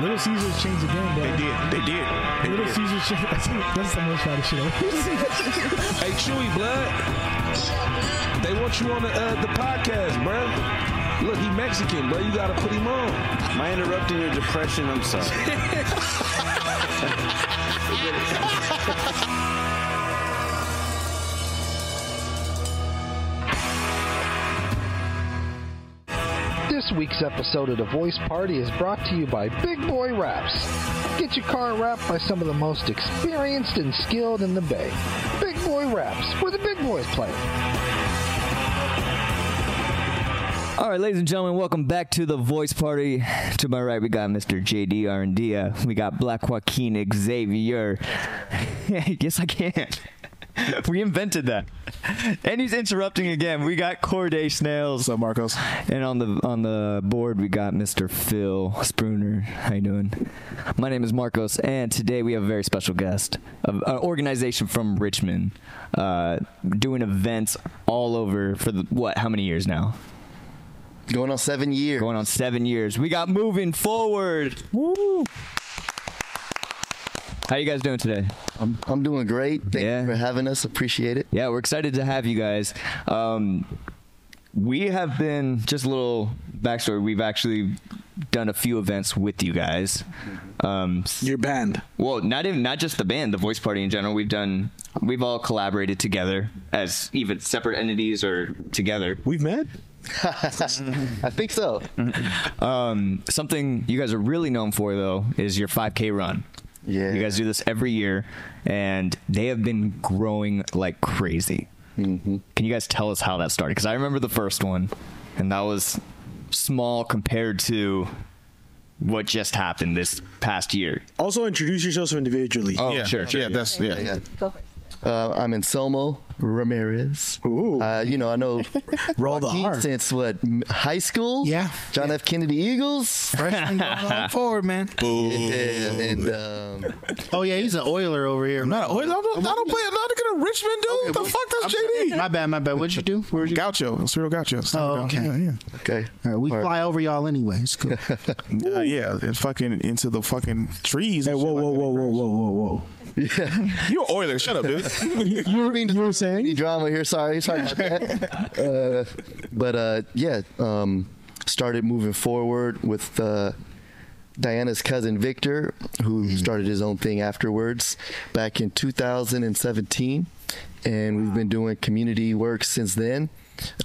Little Caesars changed the game, bro. They did. They did. They Little did. Caesars changed. That's the most shot of shit. I've ever seen. Hey, Chewy Blood. They want you on the, uh, the podcast, bro. Look, he Mexican, bro. You gotta put him on. Am I interrupting your depression? I'm sorry. This week's episode of The Voice Party is brought to you by Big Boy Wraps. Get your car wrapped by some of the most experienced and skilled in the Bay. Big Boy Wraps, where the big boys play. All right, ladies and gentlemen, welcome back to the Voice Party. To my right, we got Mr. JD Arandia. We got Black Joaquin Xavier. yes, I can. we invented that. And he's interrupting again. We got Corday Snails, What's up, Marcos? and on the on the board we got Mr. Phil Spooner. How you doing? My name is Marcos, and today we have a very special guest, a- an organization from Richmond, uh, doing events all over for the, what? How many years now? Going on seven years. Going on seven years. We got moving forward. Woo! How you guys doing today? I'm, I'm doing great. Thank Yeah. you for having us. Appreciate it. Yeah, we're excited to have you guys. Um, we have been just a little backstory. We've actually done a few events with you guys. Um, s- Your band. well, not even not just the band, the voice party in general. We've done. We've all collaborated together as even separate entities or together. We've met? I think so. Mm-hmm. Um, something you guys are really known for though is your 5K run. Yeah. You guys do this every year, and they have been growing like crazy. Can you guys tell us how that started? Because I remember the first one, and that was small compared to what just happened this past year. Also, introduce yourselves individually. Oh, yeah, sure, Yeah, that's yeah. Uh, I'm Anselmo Ramirez. Ooh. Uh, you know, I know Roll the Joaquin R. since what m- high school? Yeah. John F. Kennedy Eagles. Freshman going on forward, man. Yeah, and um, Oh yeah, he's an oiler over here. Not a, I don't, I don't play. I'm not gonna Richmond, dude. the fuck, that's JD. My bad, my bad. What'd you do? Where would you? Gaucho, Cyril Gaucho. It's Oh, not okay. Gaucho. Yeah, okay. All right, we Or- fly over y'all anyway. It's cool. yeah. Uh, yeah, it's fucking into the fucking trees. Hey, and whoa, shit whoa, like whoa, whoa, whoa, whoa, whoa. that. You're an oiler. Shut up, dude. You were, you were saying? Any drama here? Sorry, sorry about that. Uh, but uh, yeah, um, started moving forward with uh, Diana's cousin Victor, who started his own thing afterwards back in 2017, and we've been doing community work since then.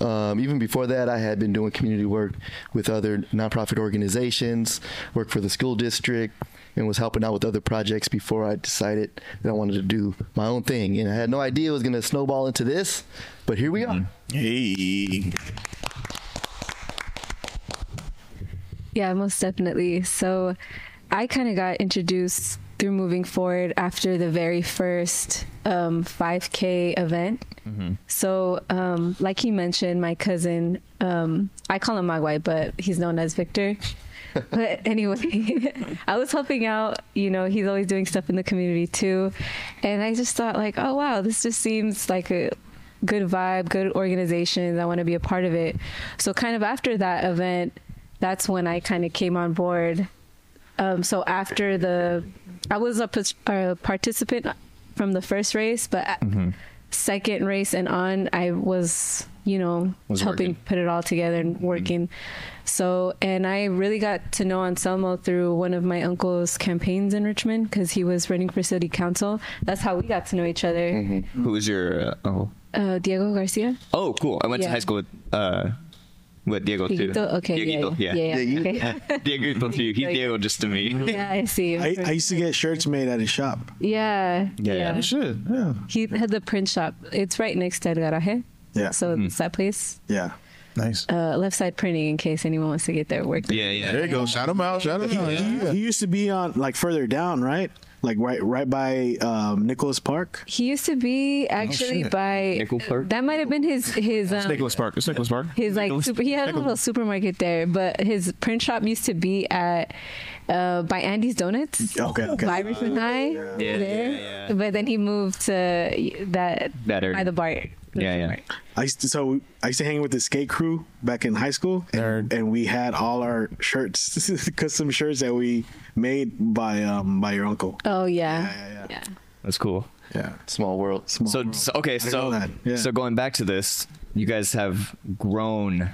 Um, even before that, I had been doing community work with other nonprofit organizations, worked for the school district, and was helping out with other projects before I decided that I wanted to do my own thing. And I had no idea it was going to snowball into this, but here we are. hey, Yeah, most definitely. So I kind of got introduced through moving forward after the very first um, 5K event. So, um, like he mentioned, my cousin, um, I call him Magwai, but he's known as Victor. but anyway, I was helping out. You know, he's always doing stuff in the community too. And I just thought, like, oh, wow, this just seems like a good vibe, good organization. I want to be a part of it. So, kind of after that event, that's when I kind of came on board. Um, so after the, I was a, pers- a participant from the first race, but a- Mm-hmm. second race and on, I was, you know, helping put it all together Mm-hmm. and working. So, and I really got to know Anselmo through one of my uncle's campaigns in Richmond because he was running for city council. That's how we got to know each other. Who was your uh, uncle? Uh, Diego Garcia. Oh, cool. I went to Yeah. high school with uh, with Diego too. Dieguito? Okay. Dieguito, yeah. yeah. Yeah. yeah, okay. Dieguito too. He's Diego just to me. yeah I see. I, I used to get shirts made at his shop. yeah. Yeah. shit. Yeah. He had the print shop. It's right next to El Garaje. Yeah. So it's that place. yeah. Hmm. Nice. Uh, left side printing in case anyone wants to get their work. done. Yeah, yeah. there you go. Shout him out. Shout him out. He, he used to be on, like, further down, right? Like, right right by um, Nicholas Park. He used to be actually Oh, shit. by Nickel Park? that might have been his his um, Nicholas Park. It's Nicholas Park. his like super, he had a little supermarket there, but his print shop used to be at uh, by Andy's Donuts. Okay, okay. By Richmond High, there. But then he moved to that That area. by the BART. Yeah, yeah. I used to, so I used to hang with the skate crew back in high school, and, and we had all our shirts, custom shirts that we made by um by your uncle. Oh yeah. Yeah. That's cool. Yeah. Small world. Small so, so okay, didn't know so that. Yeah. so going back to this, you guys have grown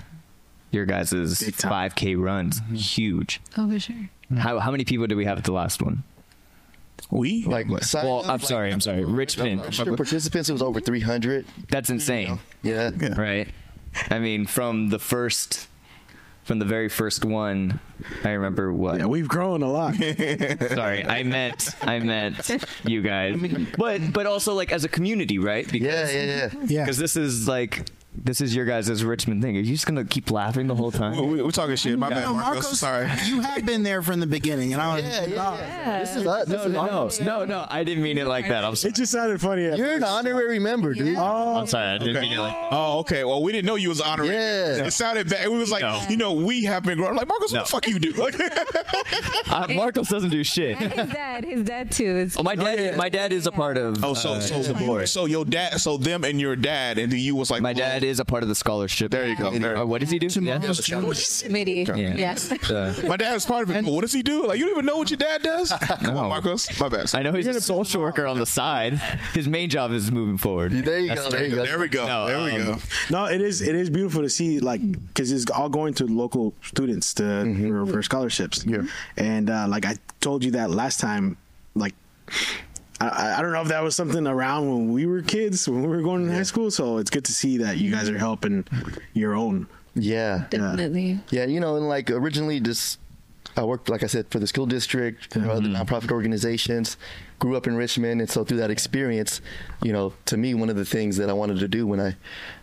your guys' five K runs Mm-hmm. huge. Oh, for sure. How how many people did we have at the last one? We like sign Well, uh, up, I'm like, sorry, I'm sorry. Richmond. registered participants. It was over 300. That's insane. Yeah. Right? I mean, from the first from the very first one, I remember what Yeah, we've grown a lot. Sorry, I meant I meant you guys, but but also like as a community, right? Yeah, Because yeah, yeah. Yeah. because this is like this is your guys' Richmond thing. Are you just gonna keep laughing the whole time? we, we're talking shit. My bad, No, Marcos. um, Marcos, Sorry. You had been there from the beginning, and I was. "Oh." Yeah, yeah, yeah. This is, this No, is no, no, no, no. I didn't mean it like that. I'm sorry. It just sounded funny. at- You're an honorary member, dude. I'm sorry. I didn't mean it like. Oh, okay. Well, we didn't know you was honorary. Yeah. It sounded bad. It was like, No. you know, we have been growing. I'm like, Marcos, No. what the fuck you do? Like, Uh, Marcos doesn't do shit. His dad, his dad too. Is, Oh, my dad. My dad is a part of. oh, so uh, so So your dad, so them and your dad, and then you was like, my dad is a part of the scholarship. There you go. There- Uh, what does he do? Yeah. Tomorrow's Jewish. Smitty. Yeah. Yeah. Uh, My dad is part of it. but what does he do? Like, you don't even know what your dad does. Come on, No. Marcos. My bad. I know he's a social worker on the side. His main job is moving forward. There you go. There you go. There we go. No, there we um, go. No, it is it is beautiful to see like because it's all going to local students to for, for scholarships. Yeah, and uh, like I told you that last time, like I- I, I don't know if that was something around when we were kids when we were going to high school. So it's good to see that you guys are helping your own. Yeah. Definitely. Yeah, you know, and like originally just I worked, like I said, for the school district, and Mm-hmm. other nonprofit organizations. Grew up in Richmond, and so through that experience, you know, to me, one of the things that I wanted to do when I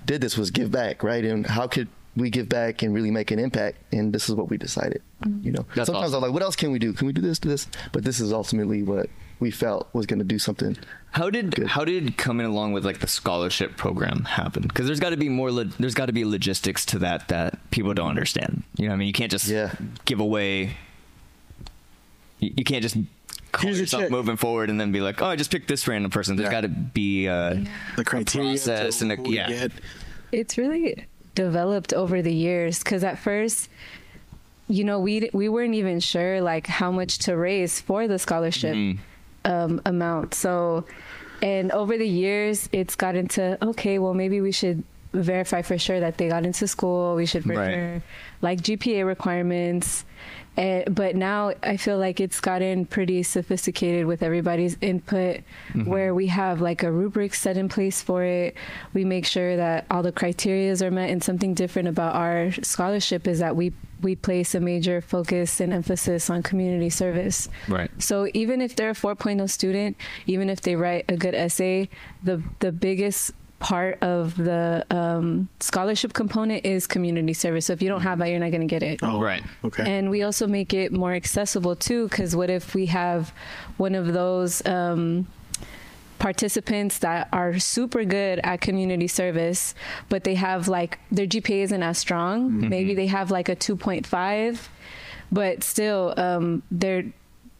did this was give back, right? And how could we give back and really make an impact? And this is what we decided. You know, That's sometimes awesome. I'm like, what else can we do? Can we do this, do this? But this is ultimately what we felt was going to do something. How did Good. how did coming along with like the scholarship program happen? Because there's got to be more lo- there's got to be logistics to that that people don't understand. You know, what I mean, you can't just Yeah. give away. You, you can't just call Here's a yourself check. moving forward and then be like, oh, I just picked this random person. There's Yeah. got to be uh, The criteria to process and a- who to yeah. get. It's really developed over the years because at first, you know, we we weren't even sure like how much to raise for the scholarship Mm-hmm. um, amount. So, and over the years, it's gotten to okay. Well, maybe we should verify for sure that they got into school. We should for Right. sure like GPA requirements. Eh, but now I feel like it's gotten pretty sophisticated with everybody's input, where we have like a rubric set in place for it. We make sure that all the criterias are met, and something different about our scholarship is that we we place a major focus and emphasis on community service. Right. So even if they're a 4.0 student, even if they write a good essay, the the biggest part of the um, scholarship component is community service. So if you don't have that, you're not going to get it. Oh, Right. Okay. And we also make it more accessible too, because what if we have one of those um, participants that are super good at community service, but they have like their GPA isn't as strong. Maybe they have like a 2.5, but still um, their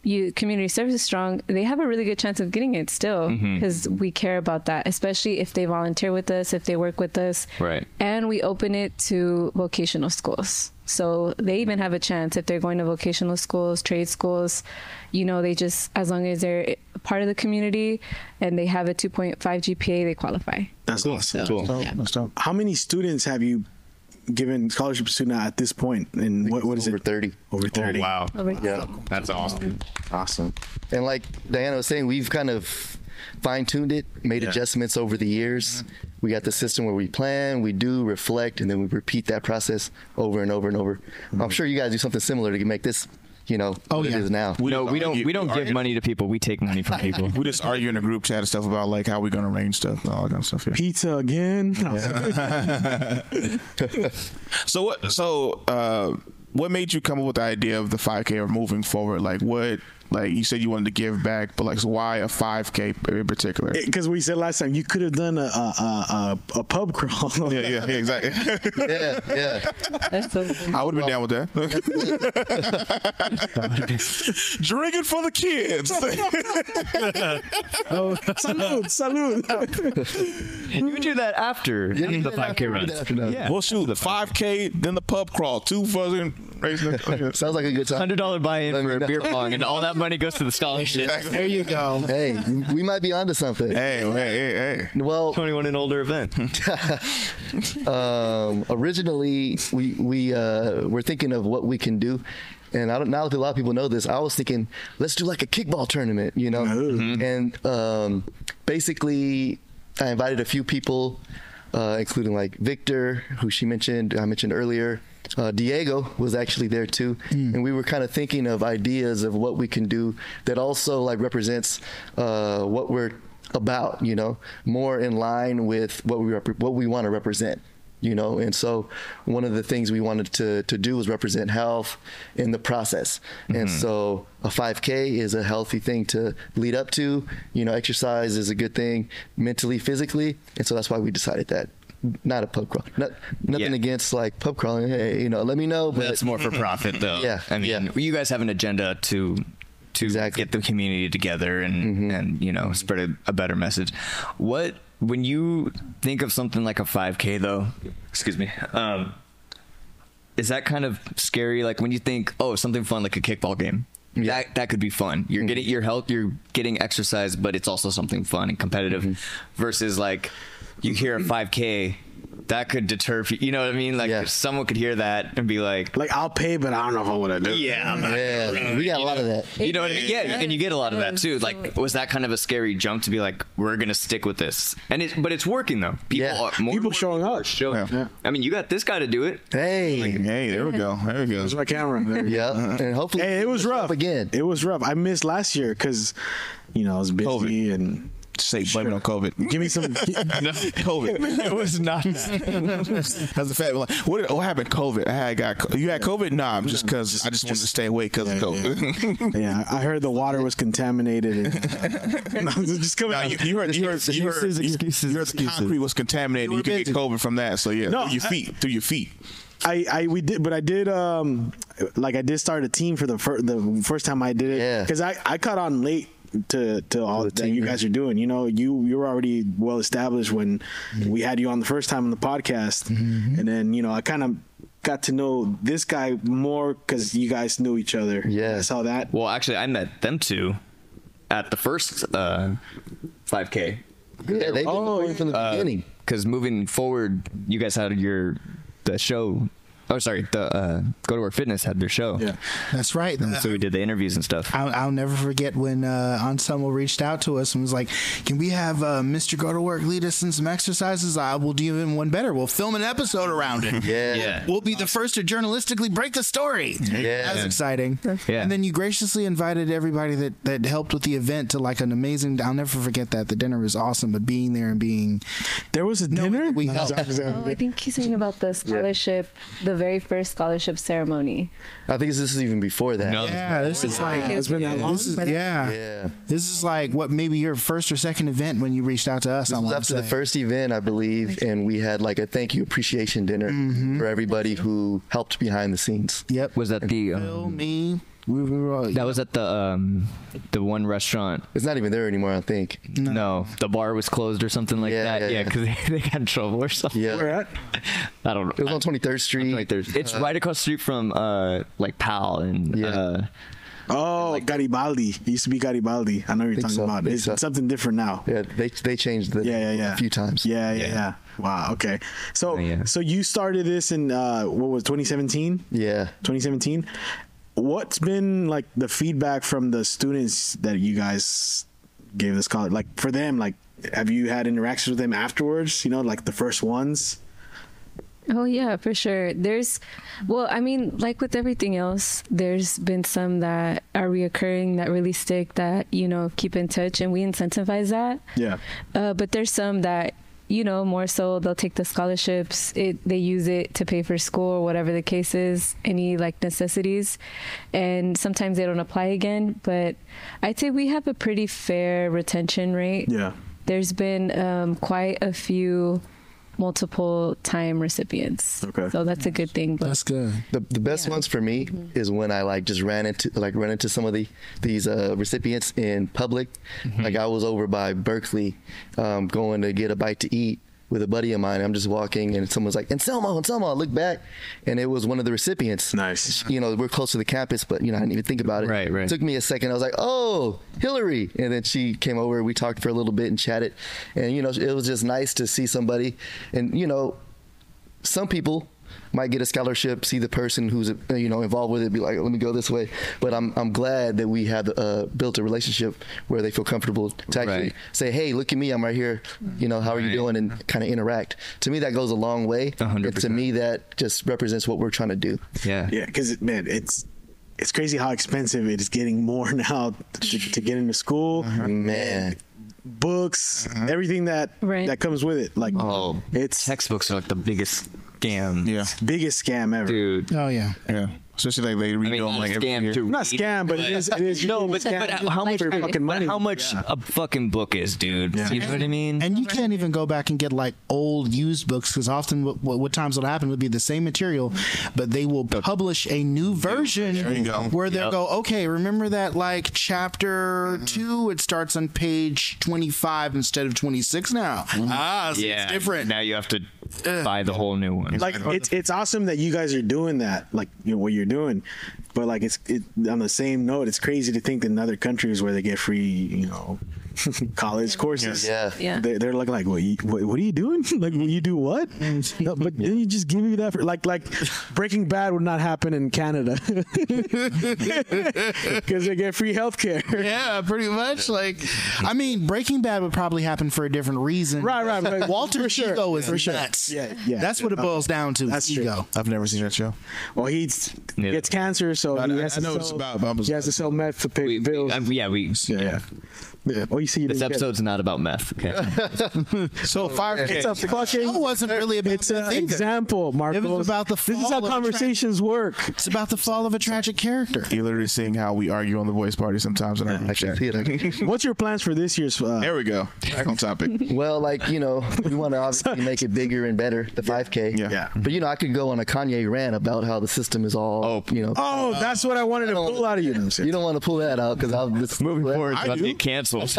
you, community service is strong. They have a really good chance of getting it still because we care about that, especially if they volunteer with us, if they work with us, Right. and we open it to vocational schools. So they even have a chance if they're going to vocational schools, trade schools, you know, they just, as long as they're part of the community and they have a 2.5 GPA, they qualify. That's awesome. Cool. How many students have you given scholarship to now at this point? And what, what is over it? thirty? Over Oh, thirty. wow. Over- Yeah. That's awesome. Awesome. And like Diana was saying, we've kind of fine tuned it, made Yeah. adjustments over the years. We got the system where we plan, we do, reflect, and then we repeat that process over and over and over. I'm sure you guys do something similar to make this, you know, Oh, what yeah. it is now. We no, just we don't argue- we don't give argue- money to people. We take money from people. We just argue in a group chat and stuff about like how we gonna arrange stuff and all that kind of stuff. Yeah. Pizza again. So what? So uh, what made you come up with the idea of the 5K or moving forward? Like what? Like you said, you wanted to give back, but like, so why a 5K in particular? Because we said last time you could have done a a, a, a pub crawl. yeah, yeah, yeah, exactly. yeah, yeah. I would have been down with that. Drinking for the kids. oh, salute, salute. you do that after Yeah, you the do that 5K after- run. you do that after that. Yeah. We'll shoot 5K, then the pub crawl, two fuzzing racing. Sounds like a good time. Hundred dollar buy-in for a know. beer pong, and all that money goes to the scholarship. There you go. Hey, we might be onto something. hey, hey, hey, hey. Well, Twenty-one and older event. um, originally we we uh, were thinking of what we can do, and I don't now that a lot of people know this, I was thinking let's do like a kickball tournament, you know, and um, basically I invited a few people, uh, including like Victor, who she mentioned, I mentioned earlier. Uh, Diego was actually there too, and we were kind of thinking of ideas of what we can do that also like represents uh, what we're about, you know, more in line with what we rep- what we want to represent, you know. And so, one of the things we wanted to to do was represent health in the process. And so, a 5K is a healthy thing to lead up to. You know, exercise is a good thing mentally, physically, and so that's why we decided that. Not a pub crawl. Not, nothing Yeah. against like pub crawling. Hey, you know, let me know. But That's more for profit, though. Yeah, I mean, yeah. you guys have an agenda to to Exactly. Mm-hmm. get the community together and and you know spread a, a better message. What when you think of something like a 5K though? Excuse me. Um, is that kind of scary? Like when you think, oh, something fun like a kickball game. That that could be fun. Mm-hmm. You're getting your health. You're getting exercise, but it's also something fun and competitive. Mm-hmm. Versus like you hear a 5K. That could deter, pe- you know what I mean? Like, Yeah. someone could hear that and be like, Like I'll pay, but I don't know if I would have done. yeah, I'm not- yeah, we got a lot of that. you know what I mean? Yeah, and you get a lot of that too. Like, was that kind of a scary jump to be like, we're gonna stick with this? And it's but it's working though. People Yeah. are more People showing up. showing. Yeah. Yeah. I mean, you got this guy to do it. Hey, Hey, there we go. There we go. There's my camera. There you go. yeah, and hopefully Hey, it was rough again. It was rough. I missed last year because you know I was busy COVID. and Say, blame it on COVID. give me some. No, COVID. It was not. That's a fact. Like, what, what happened? COVID. I had got. co- You had COVID? Nah, just because I just wanted to stay away because Yeah, of COVID. yeah, I heard the water was contaminated. And, no, just coming. Nah, you, you heard. You heard. You heard. Excuses, You excuses, heard the excuses. concrete was contaminated. You, could get COVID from that. So yeah, No, through your I- feet. through your feet. I, I we did, but I did um like I did start a team for the fir- the first time I did it Yeah. because I I caught on late to to all that you guys are doing. You know, you you were already well established when we had you on the first time on the podcast, Mm-hmm. and then you know I kind of got to know this guy more because you guys knew each other. Yeah. I saw that. Well, actually, I met them two at the first uh, 5K. Yeah, they've been Oh, recording from the beginning. Because moving forward, you guys had your the show. Oh, sorry, the uh, Go to Work Fitness had their show. Yeah. That's right. So we did the interviews and stuff. I'll, I'll never forget when uh, Ensemble reached out to us and was like, "Can we have uh, Mr. Go to Work lead us in some exercises? I will do even one better. We'll film an episode around it. Yeah. Yeah. We'll be the first to journalistically break the story. Yeah. That was exciting. Yeah. And then you graciously invited everybody that, that helped with the event to like an amazing. I'll never forget that. The dinner was awesome, but being there and being There was a dinner. we helped. Oh, I think he's talking about the scholarship, the very first scholarship ceremony. I think this is even before that. Yeah, this is like It's been that long. this is yeah. Yeah. This is like what maybe your first or second event when you reached out to us. This I was wanna after the say. first event, I believe, and we had like a thank you appreciation dinner Mm-hmm. for everybody who helped behind the scenes. Yep. Was that the Bill, um, me. We we were all, that was at the um, the one restaurant It's not even there anymore, I think. No. the bar was closed or something like Yeah, that. yeah, Yeah, yeah. because they, got in trouble or something. Yeah, Where at? I don't know. it was on Twenty Third Street. It's right across the street from uh like Powell and Yeah. uh Oh, Garibaldi. It used to be Garibaldi. I know what you're Think talking so, about. think It's so. something different now. Yeah, they they changed the Yeah, yeah, yeah. a few times. Yeah, yeah, Yeah. yeah. Wow. Okay. So, Yeah. so you started this in uh, what was 2017? yeah. 2017. What's been like the feedback from the students that you guys gave this college? Like for them, like have you had interactions with them afterwards? You know, like the first ones. Oh yeah, for sure. There's, well, I mean, like with everything else, there's been some that are reoccurring that really stick that you know keep in touch, and we incentivize that. Yeah. Uh, but there's some that you know, more so they'll take the scholarships. It they use it to pay for school, whatever the case is, any like necessities, and sometimes they don't apply again. But I'd say we have a pretty fair retention rate. Yeah. There's been um, quite a few multiple time recipients. Okay. So that's a good thing. But good. The, the best ones for me is when I like just ran into like ran into some of the these uh, recipients in public. Like I was over by Berkeley, um, going to get a bite to eat with a buddy of mine. I'm just walking and someone's like, Anselmo, Anselmo, I look back. And it was one of the recipients. Nice. You know, we're close to the campus, but you know, I didn't even think about it. Right, right. Took me a second. I was like, oh, Hillary. And then she came over, we talked for a little bit and chatted. And you know, it was just nice to see somebody. And you know, some people might get a scholarship, see the person who's uh, you know involved with it, be like, let me go this way. But I'm I'm glad that we have uh, built a relationship where they feel comfortable to actually Right. say, hey, look at me, I'm right here. You know, how are you doing? And kind of interact. To me, that goes a long way. And to me, that just represents what we're trying to do. Yeah. Yeah, because man, it's it's crazy how expensive it is getting more now to, to get into school. Man, books, everything that that comes with it. Like, oh, it's textbooks are like the biggest scam. Yeah, biggest scam ever, dude. Oh yeah, yeah. Especially like they redo them like every year. not scam, but it is. It is no, but, scam but how much for fucking money? How much a fucking book is, dude? You know what I mean? And you can't even go back and get like old used books because often what, what, what times will happen would be the same material, but they will publish a new version where they'll go, okay, remember that like chapter two, it starts on page 25 instead of 26 now. Ah, so yeah, it's different. Now you have to buy the whole new one. like it's it's awesome that you guys are doing that, like you know what you're doing, but like it's it, on the same note, it's crazy to think that in other countries where they get free, you know, college courses, Yeah. Yeah. they, they're like like what, you, what what are you doing? like you do what? Mm-hmm. no, but then you just give me that for like like Breaking Bad would not happen in Canada because they get free healthcare. Yeah, pretty much. Like, I mean, Breaking Bad would probably happen for a different reason. Right, right. but Walter for sure, ego is for sure. nuts. Yeah, yeah. That's what it boils down to. That's ego. I've never seen that show. Well, he's gets cancer, so he has I to know sell, it's about, but I was- he has to sell meth to pay bills. um, yeah, we. Yeah, yeah. Oh, you see, you this didn't get- episode's not about meth. Okay. so five. It's a fucking. It wasn't really about It's an that either. example, Marcos. It was about the. This is how fall of a conversations work. It's about the fall of a tragic character. You're literally seeing how we argue on the voice party sometimes in our group chat. What's your plans for this year's? Uh, there we go. Back on topic. Well, like you know, we want to obviously make it bigger and better, the 5K. Yeah. Yeah. But you know, I could go on a Kanye rant about how the system is all, you know. Oh, that's what I wanted to pull out of you. You don't want to pull that out because I'm just moving forward. It's about to get canceled.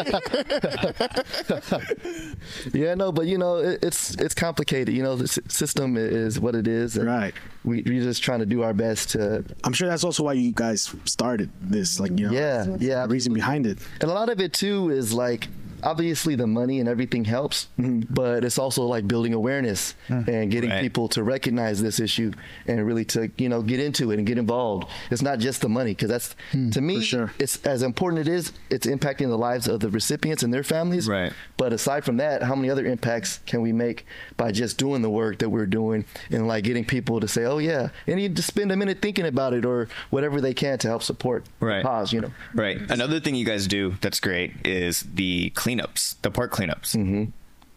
Yeah, no, but you know, it, it's it's complicated. You know, the s- system i- is what it is. and Right. We we're just trying to do our best to. I'm sure that's also why you guys started this. Like, you know, Yeah, yeah. the reason behind it. And a lot of it too is like obviously the money and everything helps, but it's also like building awareness and getting people to recognize this issue and really to you know get into it and get involved. It's not just the money because that's to me it's as important it is. It's impacting the lives of the recipients and their families. Right. But aside from that, how many other impacts can we make by just doing the work that we're doing and like getting people to say, "Oh yeah," and you just spend a minute thinking about it or whatever they can to help support the Right. cause. You know. Right. Another thing you guys do that's great is the cleanups, the park cleanups. Mm-hmm.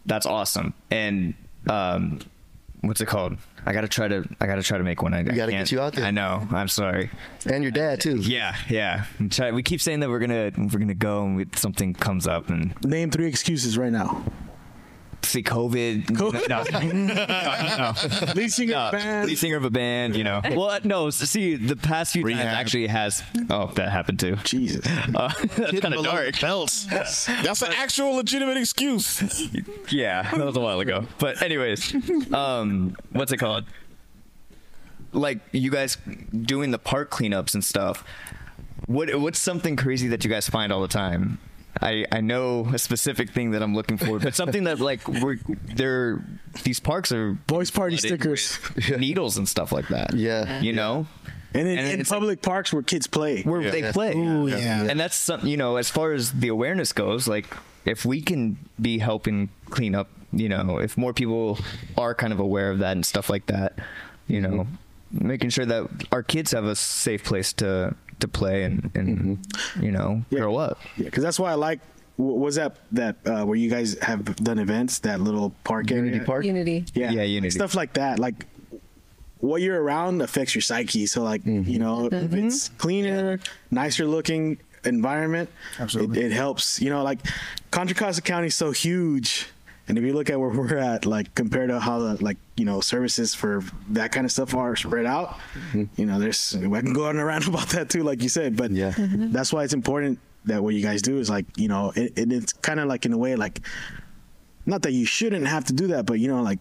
That's awesome. And um, what's it called? I gotta try to. I gotta try to make one. I, I gotta get can't- you out there. I know. I'm sorry. And your dad too. Yeah, yeah. I'm try- we keep saying that we're gonna we're gonna go and we, something comes up and Name three excuses right now. see COVID. No, no, no. Lead singer of a band. Lead singer of a band. You know. Well, no. See, the past few times actually has. Oh, that happened too. Jesus. Uh, that's kind of dark. That's an actual legitimate excuse. Yeah, that was a while ago. But anyways, um, what's it called? Like you guys doing the park cleanups and stuff. What what's something crazy that you guys find all the time? I, I know a specific thing that I'm looking for, but something that like we're they're these parks are boys party stickers, needles and stuff like that. Yeah, you know, And in, And in it's like- public parks where kids play. where they play. Ooh, yeah. And that's something, you know, as far as the awareness goes, like if we can be helping clean up, you know, if more people are kind of aware of that and stuff like that, you know, making sure that our kids have a safe place to to play and and you know grow up. Yeah, because that's why I like w- was that that uh, where you guys have done events? That little park Unity area? Park? Unity. Yeah, Yeah, Unity. Stuff like that, like. What you're around affects your psyche. So, like, you know, if it's cleaner, nicer looking environment, Absolutely. It, it helps. You know, like, Contra Costa County is so huge. And if you look at where we're at, like compared to how the like you know services for that kind of stuff are spread out, you know, there's I can go on and rant about that too, like you said. But yeah, Mhm. that's why it's important that what you guys do is like you know, it, it, it's kind of like in a way like not that you shouldn't have to do that, but you know, like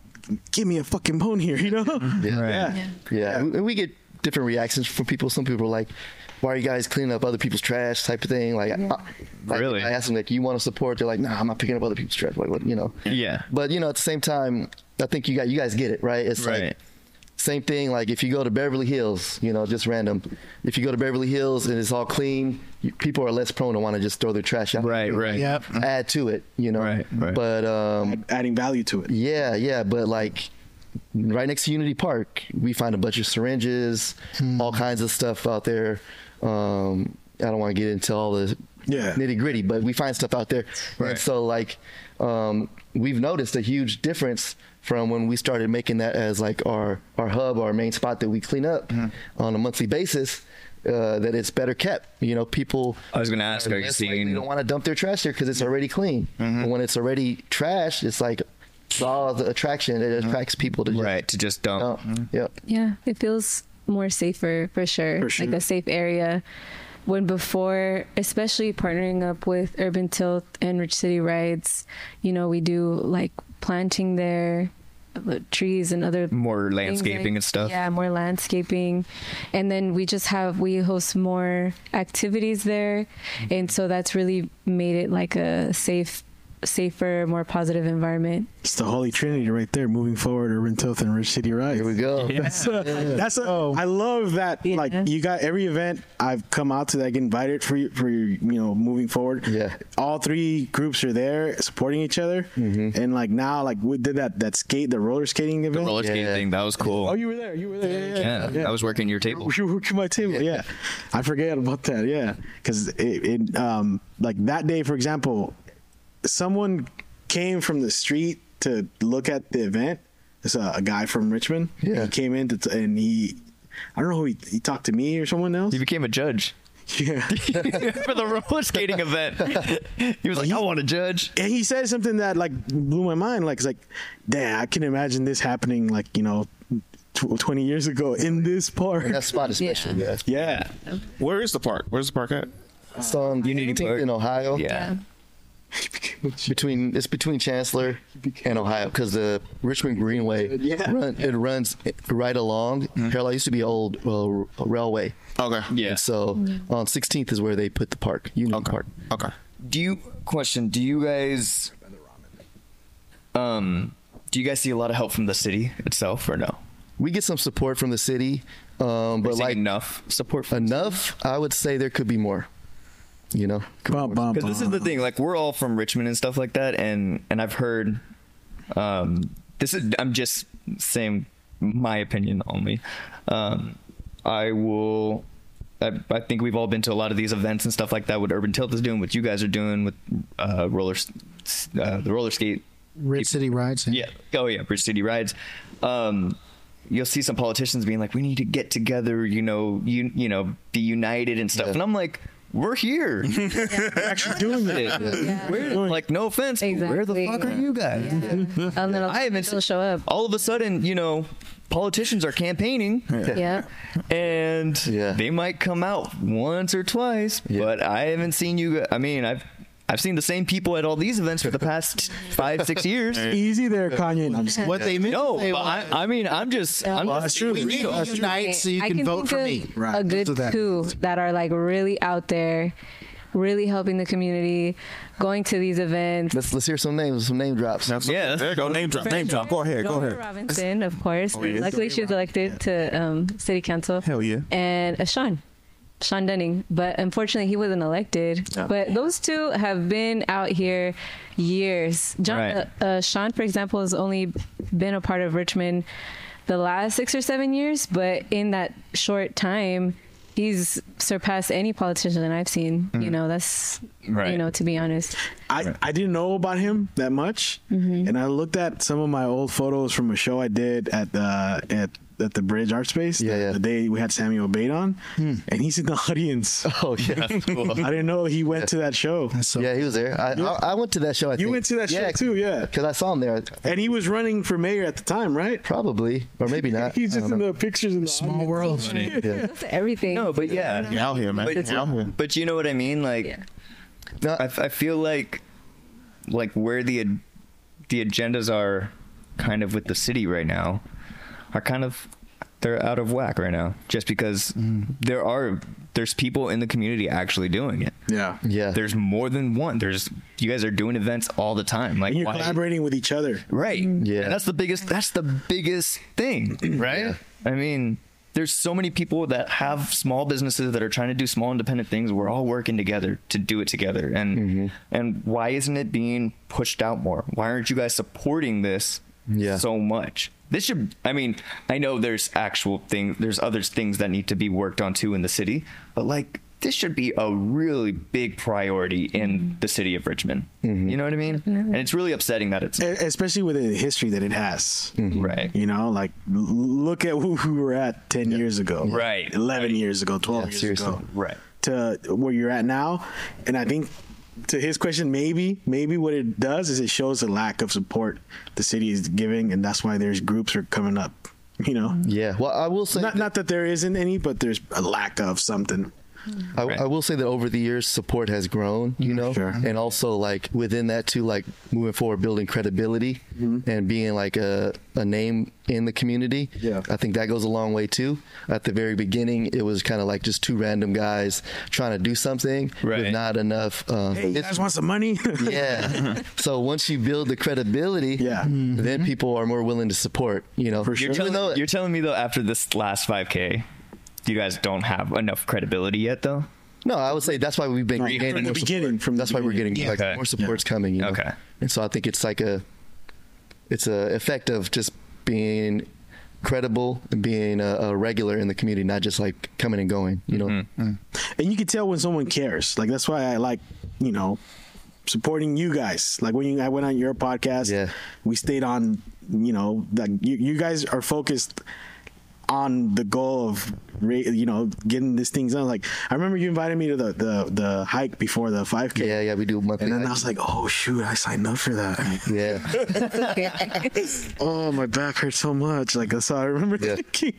give me a fucking bone here, you know? Yeah. Yeah. Yeah. And we get different reactions from people. Some people are like, why are you guys cleaning up other people's trash type of thing? Like, I, like, Really? I ask them, like, you want to support? They're like, nah, I'm not picking up other people's trash. Like, what, you know? Yeah. But, you know, at the same time, I think you got, you guys get it, right? It's Right. like, same thing. Like if you go to Beverly Hills, you know, just random. If you go to Beverly Hills and it's all clean, you, people are less prone to want to just throw their trash out. Right, right. Yep. Add to it, you know. Right, right. But um, adding value to it. Yeah, yeah. But like right next to Unity Park, we find a bunch of syringes, Hmm. all kinds of stuff out there. Um, I don't want to get into all the Yeah. nitty gritty, but we find stuff out there. Right. And so like um, we've noticed a huge difference from when we started making that as like our our hub, our main spot that we clean up Hmm. on a monthly basis. Uh, that it's better kept. You know, people. I was gonna ask, are you They seeing? don't want to dump their trash there because it's already clean. And when it's already trash, it's like draw the attraction. It attracts people to just, Mm-hmm. right Oh. to just dump. Yep. Yeah, it feels more safer for sure. For sure. Like a safe area. When before, especially partnering up with Urban Tilt and Rich City Rides, you know, we do like planting there, uh, trees and other More things landscaping and stuff. Yeah, more landscaping, and then we just have we host more activities there, Mm-hmm. and so that's really made it like a safe, safer, more positive environment. It's the holy trinity right there. Moving forward, Urban Tilth and Rich City Rise. Oh. Here we go. That's a, that's a, I love that. Like you got every event I've come out to that I get invited for you- for you know moving forward. Yeah. All three groups are there supporting each other, and like now like we did that that skate the roller skating event. Roller skating thing that was cool. Oh, you were there. You were there. Yeah, Oh, yeah, I was working your table. You were to my table. Yeah, I forget about that. Yeah, because it, it um like that day, for example, someone came from the street to look at the event. It's a, a guy from Richmond. Yeah, he came in to t- and he, I don't know who he, he talked to me or someone else. He became a judge. Yeah. for the roller skating event. He was like, I want to judge. And he said something that like blew my mind. Like, it's like, damn, I can imagine this happening. Like, you know, tw- twenty years ago in this park. That spot especially. Yeah. Yeah. Where is the park? Where's the park at? It's on Unity Park in Ohio. Yeah. between it's between Chancellor and Ohio because the Richmond Greenway Yeah. run, it runs right along. Parallel used to be old uh, railway. Okay. Yeah. so on 16th is where they put the park. Unity Park. Okay. Do you question? Do you guys, um, do you guys see a lot of help from the city itself or no? We get some support from the city, um, but like enough support. enough, I would say there could be more. You know, Because this is the thing, like we're all from Richmond and stuff like that, and and I've heard, um, this is I'm just saying my opinion only. Um, I will. I, I think we've all been to a lot of these events and stuff like that. What Urban Tilt is doing, what you guys are doing with uh, roller, s- uh, the roller skate Red City rides. yeah. Oh yeah, Bridge City rides. Um, you'll see some politicians being like, "We need to get together," you know, you you know, be united and stuff. And I'm like, "We're here, We're actually doing it." We're- like, no offense, but where the fuck are you guys? And then I haven't seen, show up. All of a sudden, you know, politicians are campaigning. Yeah. And they might come out once or twice, but I haven't seen you. g- I mean, I've I've seen the same people at all these events for the past five, six years. Easy there, Kanye. No, I'm just kidding. What they meant to No, say but I, was- I mean, I'm just. I'm Well, just that's true. being We need real. to unite so you I can vote think for of me. A good So that- two that are like really out there, really helping the community, going to these events. Let's let's hear some names, some name drops. Yeah, there you go. Name drop. Name drop. Go ahead. Go Dora ahead. Robinson, of course. Oh, yeah. Luckily, she was elected to um, city council. Hell yeah. And uh, Sean, Sean Dunning. But unfortunately, he wasn't elected. Yeah. But those two have been out here years. John, Right. uh, uh, Sean, for example, has only been a part of Richmond the last six or seven years. But in that short time, he's surpassed any politician that I've seen. You Mm-hmm. Mhm. know, that's Right. you know to be honest. I, I didn't know about him that much, and I looked at some of my old photos from a show I did at the at at the Bridge Art Space. Yeah, the, the day we had Samuel Bate on, and he's in the audience. Oh yeah, I didn't know he went to that show. yeah, he was there. I, I, I went to that show. I You think. went to that show Yeah, too, yeah. Because I saw him there, and he was running for mayor at the time, right? Probably, or maybe not. he's just I don't in know. the pictures in the small world. Yeah. Everything. No, but yeah, out here, man. But, Out here. but you know what I mean? Like, I, I feel like, like where the ad- the agendas are, kind of with the city right now, are kind of they're out of whack right now. Just because there are there's people in the community actually doing it. Yeah, yeah. There's more than one. There's you guys are doing events all the time. Like And you're why- collaborating with each other. Right. Yeah. And that's the biggest that's the biggest thing, right? I mean, there's so many people that have small businesses that are trying to do small independent things. We're all working together to do it together. And Mm-hmm. and why isn't it being pushed out more? Why aren't you guys supporting this Yeah. so much? This should I mean, I know there's actual things there's other things that need to be worked on too in the city, but like this should be a really big priority in the city of Richmond. Mm-hmm. You know what I mean? And it's really upsetting that it's E- especially with the history that it has. Right. You know, like l- look at who we were at 10 years ago. Right. 11 years ago, 12 years ago. Right. To where you're at now. And I think to his question, maybe, maybe what it does is it shows the lack of support the city is giving. And that's why there's groups are coming up, you know? Yeah. Well, I will say. Not, not that there isn't any, but there's a lack of something. I, I will say that over the years, support has grown, Mm-hmm. you know, and also like within that too, like moving forward, building credibility Mm-hmm. and being like a, a name in the community. Yeah, I think that goes a long way too. At the very beginning, it was kind of like just two random guys trying to do something with not enough. Um, Hey, you it's- guys want some money? yeah. so once you build the credibility, yeah, Mm-hmm. then people are more willing to support. You know, You're, Even telling, though- you're telling me though, after this last 5K, you guys don't have enough credibility yet, though. No, I would say that's why we've been Right, getting from the more beginning, Support. From that's why we're getting like, more support's coming. You know? Okay, and so I think it's like a, it's a effect of just being credible and being a, a regular in the community, not just like coming and going. You know, Mm-hmm. and you can tell when someone cares. Like that's why I like, you know, supporting you guys. Like when you, I went on your podcast, we stayed on. You know, like you, you guys are focused on the goal of ra- you know getting this thing done. Like I remember you invited me to the the, the hike before the five k. Yeah, yeah, we do monthly. And then I was like, oh shoot, I signed up for that. Yeah. oh, my back hurts so much. Like that's all I remember thinking.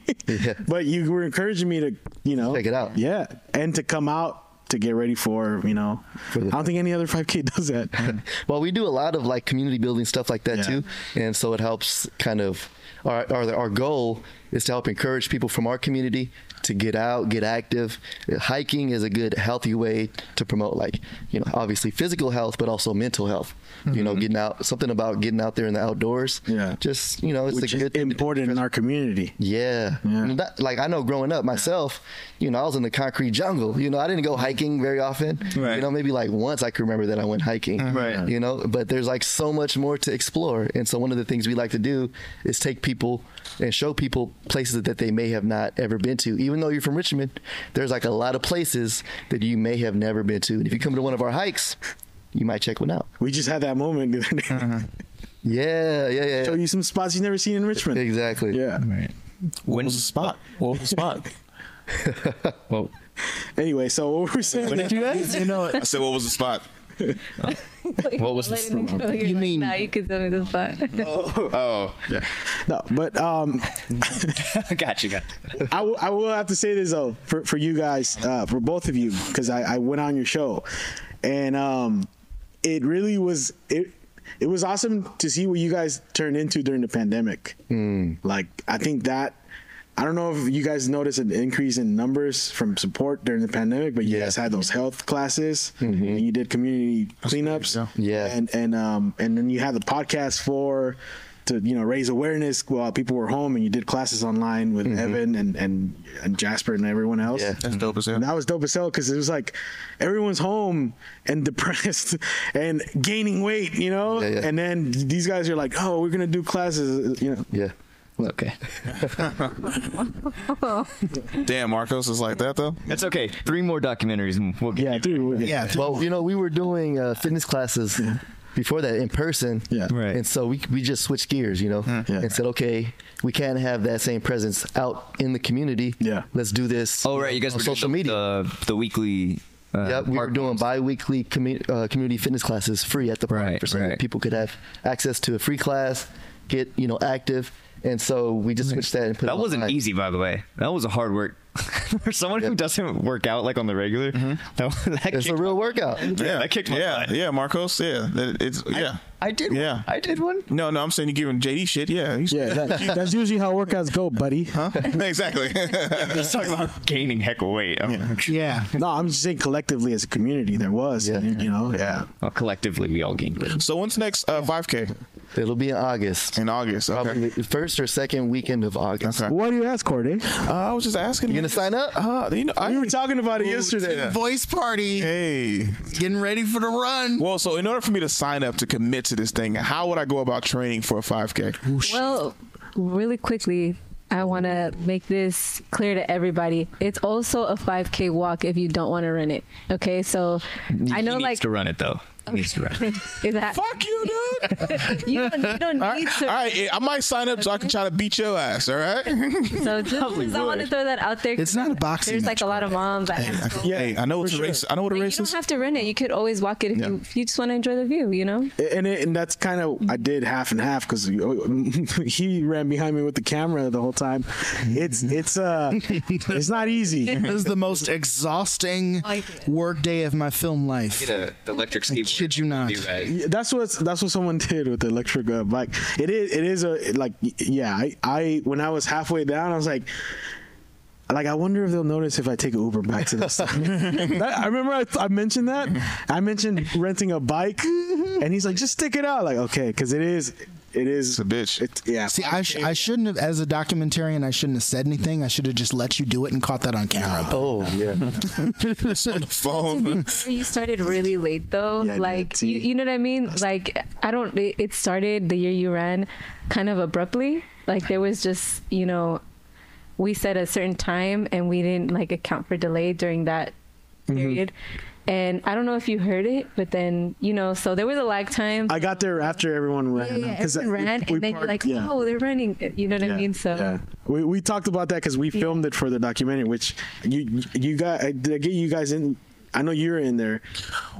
But you were encouraging me to, you know, check it out. Yeah, and to come out to get ready for, you know, I don't think any other 5K does that. well, we do a lot of like community building stuff like that Yeah. too, and so it helps kind of our, our our goal is to help encourage people from our community to get out, get active. Hiking is a good healthy way to promote like you know obviously physical health, but also mental health. You Mm-hmm. know, getting out something about getting out there in the outdoors. Yeah, just you know, it's Which a is good important in our community. Yeah. And that- like I know growing up myself, you know, I was in the concrete jungle. You know, I didn't go hiking very often. You know, maybe like once I can remember that I went hiking. Right. You know, but there's like so much more to explore. And so one of the things we like to do is take people and show people places that they may have not ever been to. Even though you're from Richmond, there's like a lot of places that you may have never been to. And if you come to one of our hikes, you might check one out. We just had that moment the other day. Uh-huh. Yeah, yeah, yeah. Show you some spots you've never seen in Richmond. Exactly. Yeah. Right. When was the spot? What was the spot? well, anyway, so what were we saying? When did you guys? You know, I said, what was the spot? what was this? You mean? Now you can tell me the spot. Oh, yeah. No, but um, gotcha, gotcha. I will- I will have to say this though for, for you guys, uh, for both of you, because I, I went on your show, and um, it really was it. It was awesome to see what you guys turned into during the pandemic. Like I think that I don't know if you guys noticed an increase in numbers from support during the pandemic, but you guys had those health classes and you did community cleanups. Yeah. And and um and then you had the podcast for to you know raise awareness while people were home and you did classes online with Evan and, and and Jasper and everyone else. Mm-hmm. Yeah, that's dope as hell. And that was dope as hell because it was like everyone's home and depressed and gaining weight, you know. And then these guys are like, oh, we're gonna do classes, you know. Yeah. Okay. Damn, Marcos is like that though. It's okay. Three more documentaries. And we'll get yeah, three. We'll yeah, Well, you know, we were doing uh, fitness classes before that in person. Yeah. Right. And so we we just switched gears, you know, and said, okay, we can't have that same presence out in the community. Yeah. Let's do this. Oh right, you guys on were doing social the, media. The, the weekly. Uh, yeah, we were doing bi-weekly commu- uh, community fitness classes free at the park for so that people could have access to a free class, get you know active, and so we just switched that and put. it That wasn't online. easy, by the way. That was a hard work. For someone who doesn't work out like on the regular, that, that Mm-hmm. It's a real workout. Yeah, that kicked my Yeah, yeah, Marcos. Yeah, That- it's yeah. I, did. Yeah, I did one. No, no, I'm saying you're giving JD shit. Yeah, he's- Yeah, that, that's usually how workouts go, buddy. Huh? exactly. Let's talk about gaining heck of weight. I'm- Yeah. No, I'm just saying collectively as a community, there was. You know, yeah. Well, collectively, we all gained weight. So when's next uh, 5K? It'll be in August. In August, okay. Probably the first or second weekend of August. Okay. Why do you ask, Cordy? Uh, I was just asking. You gonna sign up? Uh, you know, I, We were talking about it yesterday. Voice party. hey. Getting ready for the run. Well, so in order for me to sign up to commit to this thing, how would I go about training for a 5K? Well, really quickly, I want to make this clear to everybody. It's also a 5K walk if you don't want to run it. Okay, so I know he like needs to run it though. He needs to run. it. is that Fuck you, dude. you don't, you don't all need right, to. all right, yeah, I might sign up so I can try to beat your ass. All right. So just because I want to throw that out there. 'cause It's not a boxing There's match, like a lot of moms that yeah, hey, I know it's a race. I know what a you race don't is. have to run it. You could always walk it if you if you just want to enjoy the view. You know. And it, and that's kind of I did half and half because he ran behind me with the camera the whole time. It's it's uh it's not easy. This is the most exhausting work day of my film life. Get a, the electric I skateboard. kid you not. You guys. Yeah, that's what that's what someone did with the electric uh, bike. It is it is a like y- yeah. I, I when I was halfway down, I was like. Like I wonder if they'll notice if I take an Uber back to the site. That- I remember I, I mentioned that. I mentioned renting a bike, and he's like, "Just stick it out." Like, okay, because it is, it is, It's a bitch. it's yeah. See, I, sh- I shouldn't have, as a documentarian, I shouldn't have said anything. I should have just let you do it and caught that on camera. Oh yeah. It's on the phone. You started really late though. Yeah, I did. like See? you, you know what I mean? Like I don't. It it started the year you ran, kind of abruptly. Like there was just you know, we set a certain time and we didn't like account for delay during that Mm-hmm. period. And I don't know if you heard it, but then you know, so there was a lag time. I got there after everyone ran. uh, yeah, 'cause everyone we- ran, we and then you're parked- like, yeah. oh, they're running. You know what I mean? So yeah. we, we talked about that because we filmed it for the documentary, which you you got I did I get you guys in. I know you're in there.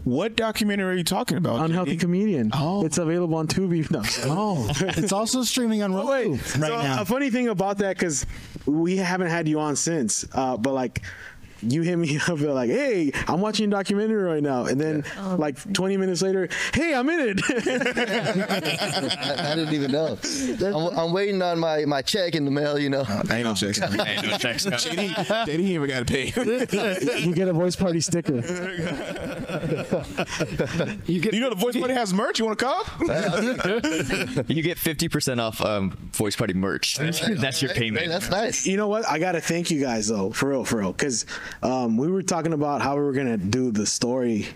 what documentary are you talking about? Unhealthy JD? comedian. Oh. it's available on Tubi. No. Oh, it's also streaming on Roku Wait, right so now. a funny thing about that because we haven't had you on since, uh, but like. You hit me up you're like, hey, I'm watching a documentary right now, and then Oh, like 20 minutes later, hey, I'm in it. I, I didn't even know. I'm, I'm waiting on my, my check in the mail, you know. I ain't no checks. I ain't no checks. JD, JD ain't even got to pay. you get a voice party sticker. you know the voice party has merch. You want to cop? You get fifty percent off um, voice party merch. That's, that's your payment. That's nice. You know what? I gotta thank you guys though, for real, for real, because um, we were talking about how we were gonna do the story,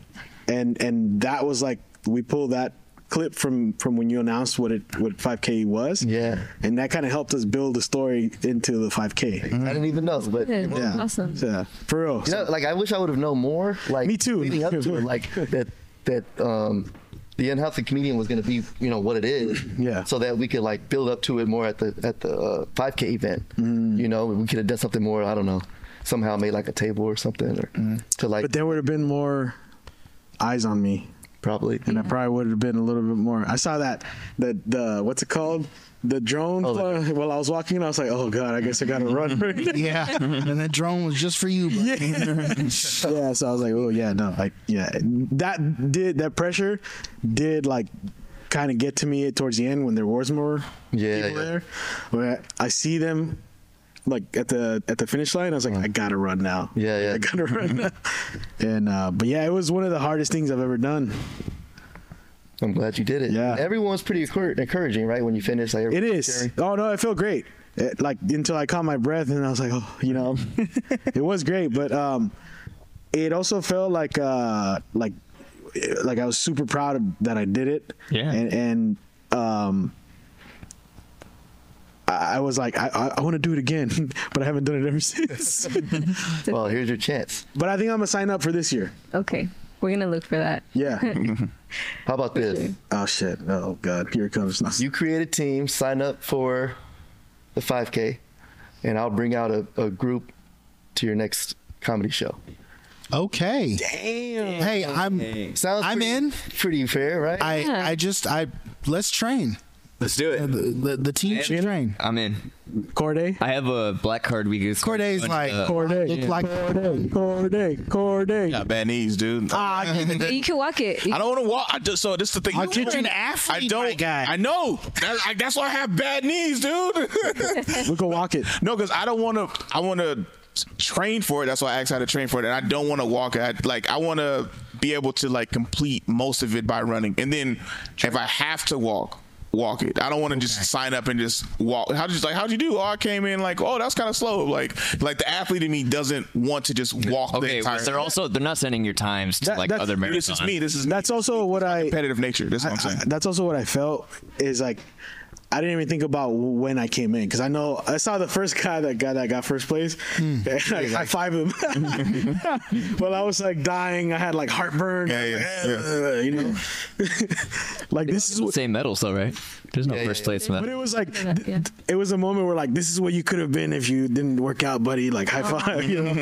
and and that was like we pulled that clip from from when you announced what it what 5K was. Yeah. and that kind of helped us build the story into the 5K. I didn't even know, but yeah, you awesome. Yeah, for real. know, like I wish I would have known more. Like Me too. Leading up to it, like that that um the unhealthy comedian was going to be you know what it is. Yeah. So that we could like build up to it more at the at the uh, 5K event. Mm. You know, we could have done something more. I don't know. Somehow made like a table or something, or to like Mm. but there would have been more eyes on me, probably. and I probably would have been a little bit more. I saw that the the what's it called. The drone. Oh, the- fly- while I was walking, I was like, "Oh God, I guess I gotta run." Right now. yeah, and that drone was just for you. bro. yeah, so I was like, oh yeah, no, like yeah, that did that pressure did like kind of get to me towards the end when there was more Yeah, people yeah. there. Where I see them like at the at the finish line, I was like, I gotta run now. Mm. Yeah, yeah. I gotta run now. and uh, but yeah, it was one of the hardest things I've ever done. I'm glad you did it. Yeah. Everyone's pretty encour- encouraging, right? When you finish, like It everyone's is. cheering. Oh no, I feel great. It, like until I caught my breath and I was like, oh, you know, it was great, but um, it also felt like uh, like like I was super proud of, that I did it. Yeah. And and um, I I was like, I, I, I want to do it again, but I haven't done it ever since. well, here's your chance. But I think I'm gonna sign up for this year. Okay. We're going to look for that. Yeah. How about this? Oh shit! Oh god! Here it comes. You create a team, sign up for the 5K, and I'll bring out a, a group to your next comedy show. Okay. Damn. Hey, I'm Sounds I'm pretty- in. Pretty fair, right? I I just I let's train. Let's do The, it. the, the team should train. I'm in. Corday. I have a black card. We can. Corday's like uh, Corday. Look like Corday. Corday. Corday. Got bad knees, dude. You can walk it. I don't want to walk. I just, so this is the thing. I'll You get were you an I athlete, don't. my guy. I know. That, I, that's why I have bad knees, dude. We can walk it. no, because I don't want to. I want to train for it. That's why I asked how to train for it, and I don't want to walk. I, like I want to be able to like complete most of it by running, and then if I have to walk. Walk it. I don't want to just sign up and just walk. How did you like? How'd you do? Oh, I came in like, oh, that's kind of slow. Like, like the athlete in me doesn't want to just walk the Okay, entire. but they're also they're not sending your times to That- like that's- other marathons. This is me. This is That's also what I. competitive nature. That's what I'm saying. I- that's also what I felt is like I didn't even think about when I came in because I know I saw the first guy that guy that got first place. and I high five him. well, I was like dying. I had like heartburn. Yeah, yeah, yeah. You know, like this is what. Same medals though, right? There's no first place medal. But it was like th- th- it was a moment where like this is what you could have been if you didn't work out, buddy. Like high five. You know?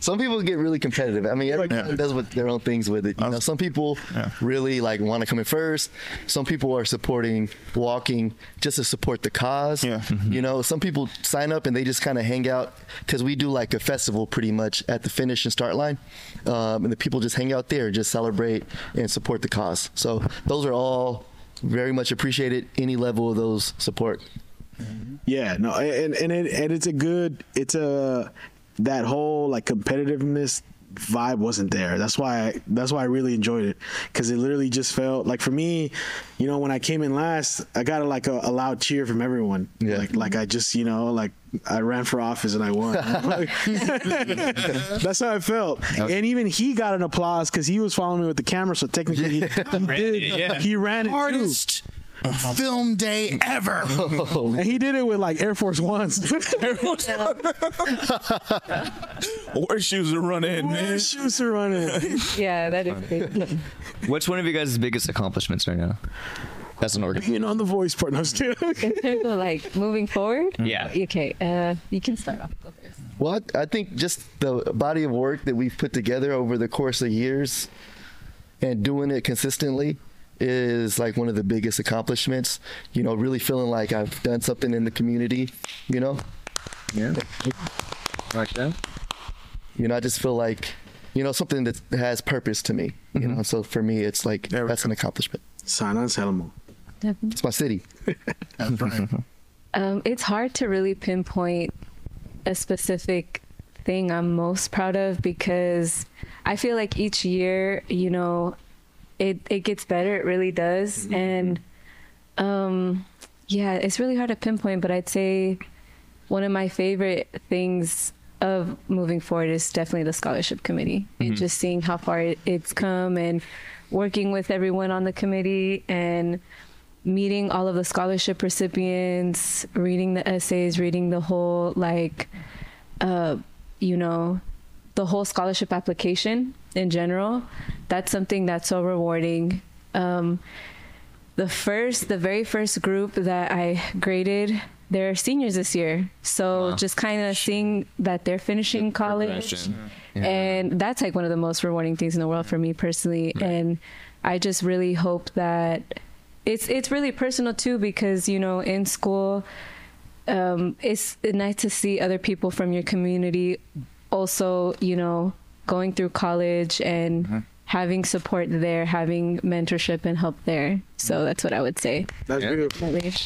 Some people get really competitive. I mean, everyone Yeah. does what, their own things with it. You know, some people really like want to come in first. Some people are supporting walking just to support the cause. Yeah. You know, some people sign up and they just kind of hang out because we do like a festival pretty much at the finish and start line, um, and the people just hang out there, just celebrate and support the cause. So those are all very much appreciated. Any level of those support. Yeah, no, and and it and it's a good it's a that whole like competitiveness vibe wasn't there. That's why I, that's why I really enjoyed it because it literally just felt like for me, you know, when I came in last, I got like a, a loud cheer from everyone. Yeah. Like like I just you know like I ran for office and I won. that's how I felt. And even he got an applause because he was following me with the camera. So technically, he, he did. He ran it too. hardest film day ever. And he did it with like Air Force Ones. Wear shoes to run in, man. shoes are running. Yeah, that is crazy. What's one of you guys' biggest accomplishments right now? That's an organ. Being on the voice part. No, I'm just kidding. In terms of like moving forward. Yeah. Okay. Uh, you can start off. Go first. Well, I I think just the body of work that we've put together over the course of years and doing it consistently is like one of the biggest accomplishments. You know, really feeling like I've done something in the community, you know? Yeah. Like that? You know, I just feel like, you know, something that has purpose to me, you know? So for me, it's like, that's an accomplishment. San Anselmo. Definitely. It's my city. Um, it's hard to really pinpoint a specific thing I'm most proud of because I feel like each year, you know, it it gets better. It really does, and um, yeah, it's really hard to pinpoint. But I'd say one of my favorite things of moving forward is definitely the scholarship committee and just seeing how far it, it's come and working with everyone on the committee and meeting all of the scholarship recipients, reading the essays, reading the whole like uh, you know, the whole scholarship application in general. That's something that's so rewarding. Um, the first, the very first group that I graded, they're seniors this year. So just kind of seeing that they're finishing college. And that's like one of the most rewarding things in the world for me personally. And I just really hope that it's it's really personal too because you know in school um, it's nice to see other people from your community also, you know, going through college and having support there, having mentorship and help there. So that's what I would say. That's beautiful. Definitely.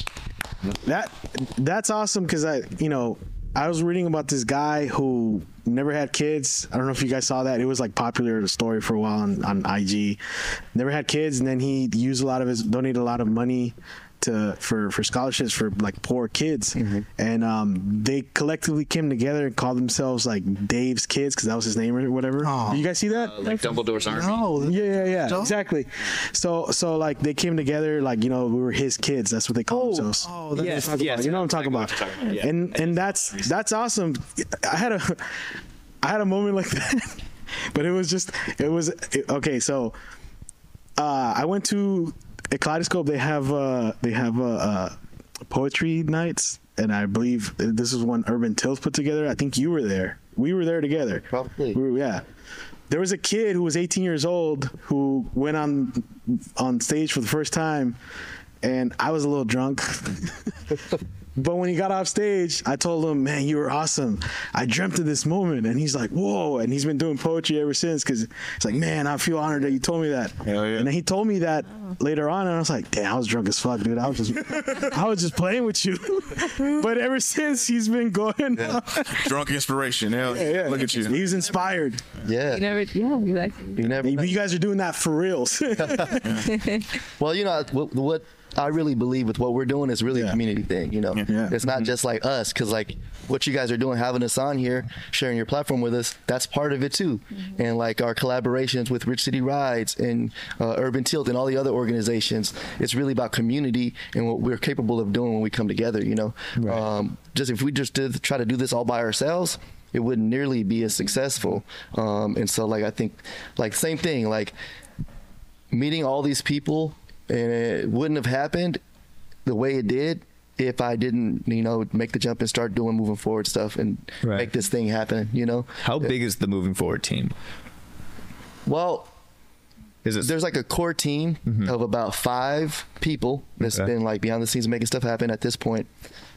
That that's awesome because I you know I was reading about this guy who never had kids. I don't know if you guys saw that. It was like popular story for a while on, on IG. Never had kids, and then he used a lot of his donated a lot of money to for for scholarships for like poor kids, and um, they collectively came together and called themselves like Dave's Kids because that was his name or whatever. You guys see that? like Dumbledore's army. No, yeah, yeah, yeah, exactly. So, so like they came together, like you know, we were his kids. That's what they call themselves. Oh, that's yes, what I'm talking yes, about. you know what I'm talking about. about, yeah. And and that's that's awesome. I had a I had a moment like that, but it was just it was it- okay. So, uh, I went to a Kaleidoscope. They have uh they have uh, uh poetry nights, and I believe this is one Urban Tales put together. I think you were there. We were there together. Probably. yeah. There was a kid who was 18 years old who went on on stage for the first time, and I was a little drunk. But when he got off stage, I told him, "Man, you were awesome. I dreamt of this moment." And he's like, "Whoa!" And he's been doing poetry ever since because it's like, "Man, I feel honored that you told me that." And then he told me that later on, and I was like, "Damn, I was drunk as fuck, dude. I was just, I was just playing with you." but ever since, he's been going. Drunk inspiration. Hell, look at you. He's inspired. Yeah. You never, yeah, exactly. You never. You guys are doing that for reals. well, you know what, what I really believe with what we're doing is really a community thing. You know, it's not just like us because like what you guys are doing, having us on here, sharing your platform with us, that's part of it too. And like our collaborations with Rich City Rides and uh, Urban Tilt and all the other organizations, it's really about community and what we're capable of doing when we come together. You know, um, just if we just did try to do this all by ourselves it wouldn't nearly be as successful. Um, and so like I think like same thing like meeting all these people and it wouldn't have happened the way it did if I didn't you know make the jump and start doing moving forward stuff and make this thing happen. You know How big is the moving forward team? well. There's like a core team of about five people that's been like behind the scenes making stuff happen at this point.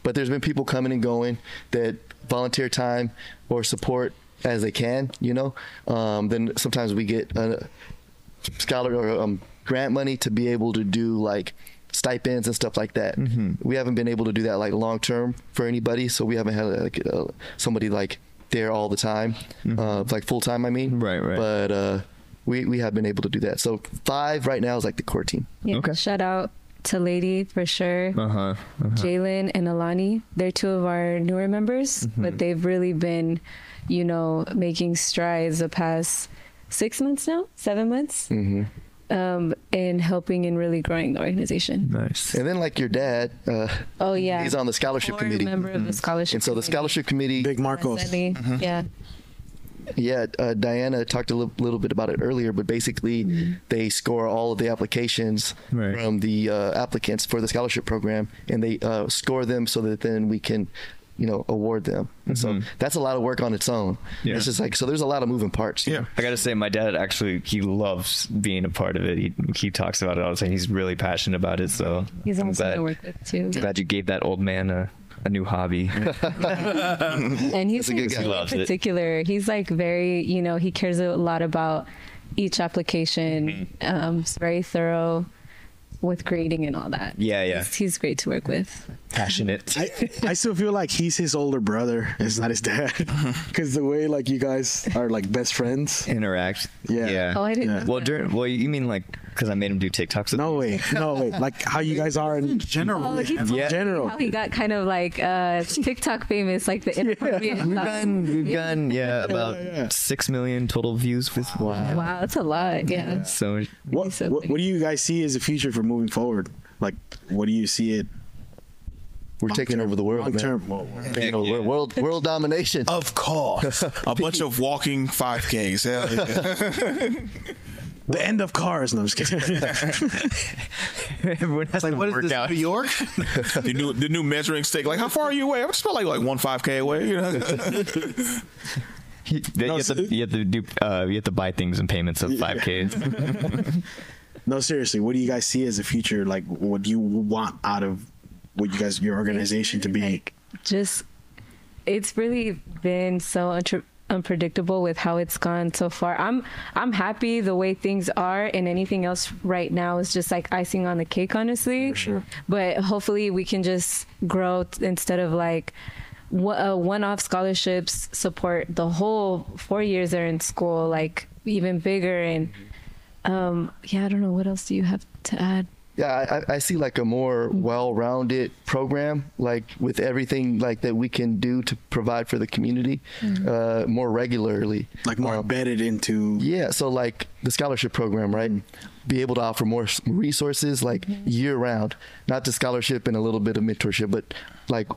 But there's been people coming and going that volunteer time or support as they can, you know. Um, then sometimes we get uh, scholar or um, grant money to be able to do like stipends and stuff like that. We haven't been able to do that like long term for anybody, so we haven't had like uh, somebody like there all the time, uh, like full time. I mean, right, right. But uh, we we have been able to do that. So five right now is like the core team. Yeah, Shout out to Lady for sure. Uh Uh-huh. huh. Jalen and Alani, they're two of our newer members, but they've really been, you know, making strides the past six months now, seven months, Mm-hmm. um, in helping and really growing the organization. Mm-hmm. Nice. And then like your dad. Uh, Oh, yeah. He's on the scholarship committee. member of Mm-hmm. the scholarship. And so the scholarship committee. Big Marcos. Lenny, Yeah. Yeah, uh, Diana talked a li- little bit about it earlier, but basically they score all of the applications from the uh, applicants for the scholarship program, and they uh, score them so that then we can, you know, award them. And so that's a lot of work on its own. Yeah. It's just like so. There's a lot of moving parts. Yeah. I gotta say, my dad actually he loves being a part of it. He, he talks about it all the time. He's really passionate about it. So He's I'm awesome glad, to work with too. glad you gave that old man a, a new hobby. and he's That's a good like, guy. He really loves it. particular. He's like very, you know, he cares a lot about each application. Mm-hmm. Um, he's very thorough with grading and all that. Yeah, yeah. He's, he's great to work with. Passionate. I, I still feel like he's his older brother. It's not his dad because the way like you guys are like best friends interact. Yeah. Yeah. Oh, I didn't know Well, during, well, you mean like because I made him do TikToks? No way. No way. Like how you guys are in general. Oh, he told me yeah. How he got kind of like uh, TikTok famous, like the inappropriate We've stuff. done, we've done, yeah, about six million total views with wow. Wow, that's a lot. Yeah. So what, what what do you guys see as the future for moving forward? Like what do you see it? We're taking over the world. Long man. term. Oh, Whoa, You know, we're world world domination. Of course. a bunch of walking 5Ks. Hell yeah. The end of cars. No, I'm just kidding. Everyone has like, to what is work out. New York? the new the new measuring stick. Like, how far are you away? I'm just about like like one five k away. You know. You, have to, you have to do, uh, you have to buy things in payments of five k. no, seriously. What do you guys see as the future? Like what do you want out of what you guys your organization to be? just it's really been so untre- unpredictable with how it's gone so far. I'm I'm happy the way things are, and anything else right now is just like icing on the cake, honestly. sure. But hopefully, we can just grow t- instead of like. wha- uh, one-off scholarships support the whole four years they're in school, like even bigger. And um, yeah, I don't know what else do you have to add. yeah, I, I see like a more well-rounded program, like with everything like that we can do to provide for the community, uh, more regularly. Um, Like more embedded into. Yeah, so like the scholarship program, right? Be able to offer more s- resources like year-round, not just scholarship and a little bit of mentorship, but like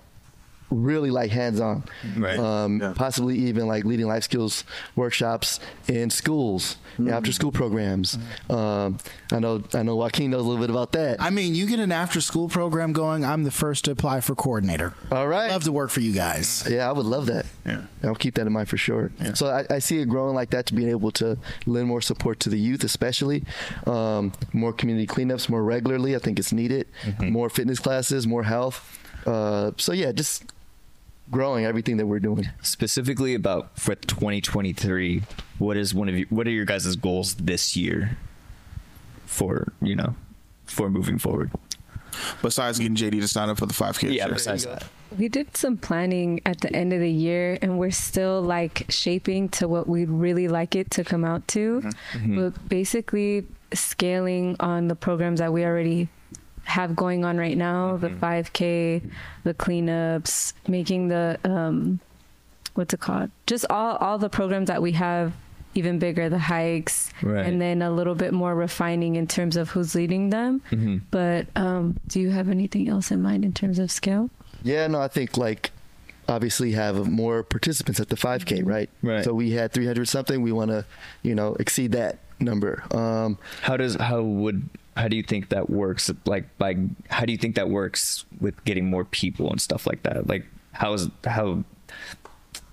really like hands-on, Right. um, possibly even like leading life skills workshops in schools, Mm-hmm. after-school programs. Um, I know, I know, Joaquin knows a little bit about that. I mean, you get an after school program going. I'm the first to apply for coordinator. All right. Love to work for you guys. Yeah, I would love that. Yeah. I'll keep that in mind for sure. So I, I see it growing like that to being able to lend more support to the youth, especially um, more community cleanups more regularly. I think it's needed. More fitness classes, more health. Uh, so yeah, just growing everything that we're doing. Specifically about for 2023, what is one of you, what are your guys' goals this year for, you know, for moving forward? Besides getting JD to sign up for the 5K. Yeah, besides that. We did some planning at the end of the year, and we're still like shaping to what we'd really like it to come out to. Mhm. We're basically scaling on the programs that we already have going on right now the 5K, the cleanups, making the, um, what's it called? Just all, all the programs that we have even bigger, the hikes, Right. and then a little bit more refining in terms of who's leading them. Mm-hmm. But um, do you have anything else in mind in terms of scale? Yeah, no, I think like obviously have more participants at the 5K, right? Right. So we had 300 something. We want to, you know, exceed that number. Um, How does, how would, how do you think that works? Like by, how do you think that works with getting more people and stuff like that? Like how is, how,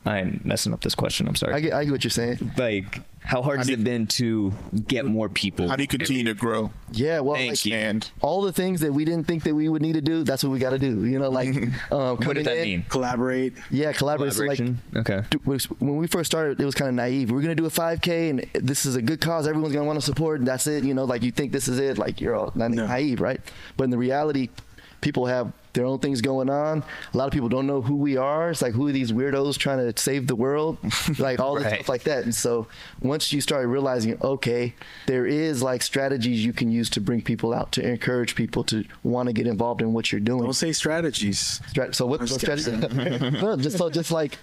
I'm messing up this question. I'm sorry. I get, I get what you're saying. Like, how hard has it been to get more people? How do you continue to grow? Yeah, well, like, all the things that we didn't think that we would need to do, that's what we got to do. You know, like um, What coming did that in, mean? Collaborate. Yeah, collaborate. So, like, Collaboration. Okay. d- was- when we first started, it was kind of naive. We're gonna do a 5K, and this is a good cause. Everyone's gonna want to support. And that's it. You know, like you think this is it. Like you're all na- naive, right? But in the reality, people have their own things going on. A lot of people don't know who we are. It's like who are these weirdos trying to save the world? like all this stuff like that. And so once you start realizing, okay, there is like strategies you can use to bring people out to encourage people to want to get involved in what you're doing. Don't say strategies. so what? I'm what just strategy? kidding. no, just so just like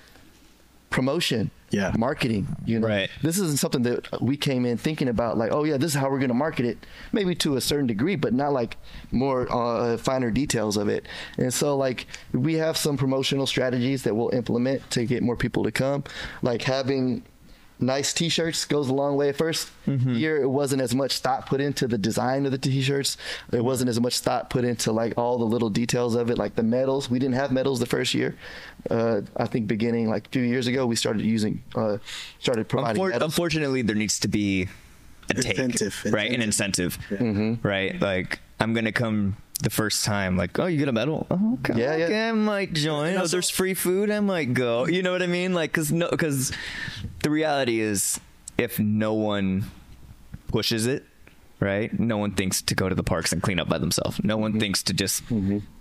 promotion yeah marketing you know right this isn't something that we came in thinking about like oh yeah this is how we're going to market it maybe to a certain degree but not like more uh, finer details of it and so like we have some promotional strategies that we'll implement to get more people to come like having nice t-shirts goes a long way at 1st year it wasn't as much thought put into the design of the t-shirts it wasn't as much thought put into like all the little details of it like the medals we didn't have medals the first year uh, i think beginning like two years ago we started using uh, started providing Unfor- um, medals. unfortunately, there needs to be a take, right? An incentive, Mm-hmm. right? Like I'm gonna come the first time, like oh, you get a medal, oh, okay, Yeah, yeah. okay, I might join. Oh, there's free food, I might go. You know what I mean? Like, cause no, cause the reality is, if no one pushes it, right? No one thinks to go to the parks and clean up by themselves. No Mm-hmm. one thinks to just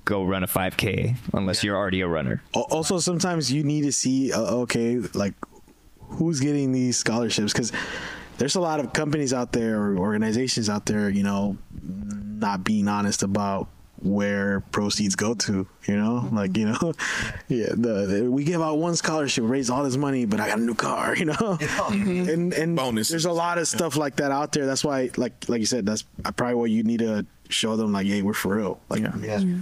go run a 5K unless you're already a runner. Al- also sometimes you need to see uh, okay like who's getting these scholarships because there's a lot of companies out there or organizations out there you know not being honest about where proceeds go to you know like you know yeah the, the- we give out one scholarship raise all this money but i got a new car you know and and bonus there's a lot of stuff like that out there that's why like like you said that's probably what you need to show them like hey we're for real like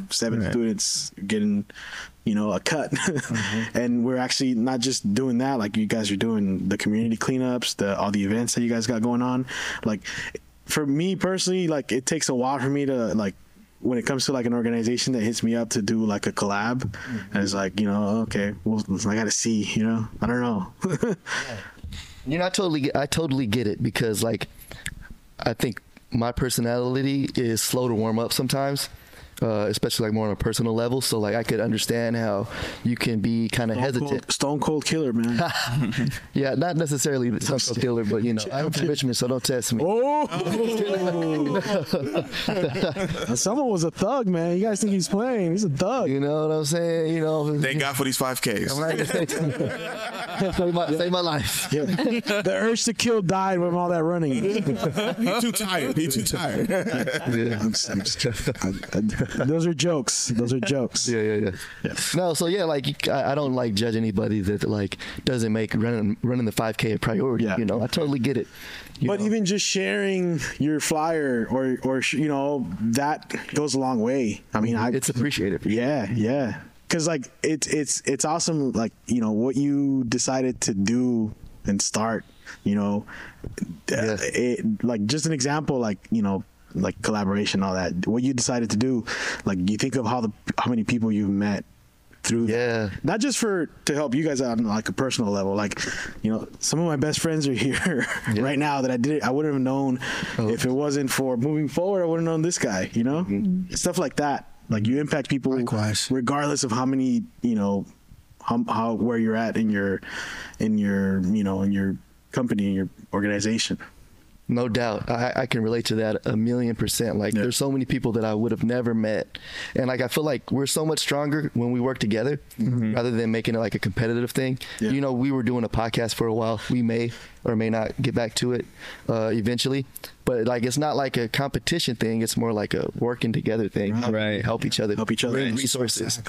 seven students getting you know a cut and we're actually not just doing that like you guys are doing the community cleanups the all the events that you guys got going on like for me personally like it takes a while for me to like when it comes to like an organization that hits me up to do like a collab and it's like you know okay well i gotta see you know i don't know You know, I totally, I totally get it because, like, I think my personality is slow to warm up sometimes, uh, especially like more on a personal level. So, like, I could understand how you can be kind of hesitant. stone cold killer, man. yeah, not necessarily the stone cold killer, but you know, I'm from Richmond, so don't test me. Oh, someone was a thug, man. You guys think he's playing? He's a thug. You know what I'm saying? You know. Thank God for these 5Ks. I'm not- Save my, save my life. the urge to kill died from all that running. He's too tired. He's too tired. I'm, I'm just- I- I- those are jokes. Those are jokes. Yeah, yeah, yeah. No, so yeah, like you- I, I don't like judge anybody that like doesn't make running running the 5K a priority. You know, I totally get it. but even just sharing your flyer or or sh- you know that goes a long way. I mean, I, it's appreciated. Yeah, yeah. Because like it's it's it's awesome. Like you know what you decided to do and start. You know, Uh, it, like just an example. Like you know. Like collaboration, all that. What you decided to do, like you think of how the how many people you've met through yeah not just for to help you guys out on like a personal level like you know some of my best friends are here right now that i did i wouldn't have known if it wasn't for moving forward i wouldn't have known this guy you know stuff like that like you impact people regardless of how many you know how, how where you're at in your in your you know in your company in your organization No doubt. I, I can relate to that a million percent. Like, there's so many people that I would have never met. And, like, I feel like we're so much stronger when we work together rather than making it like a competitive thing. You know, we were doing a podcast for a while. We may or may not get back to it uh, eventually. But, like, it's not like a competition thing, it's more like a working together thing. Right. Help each other. Help each other. resources.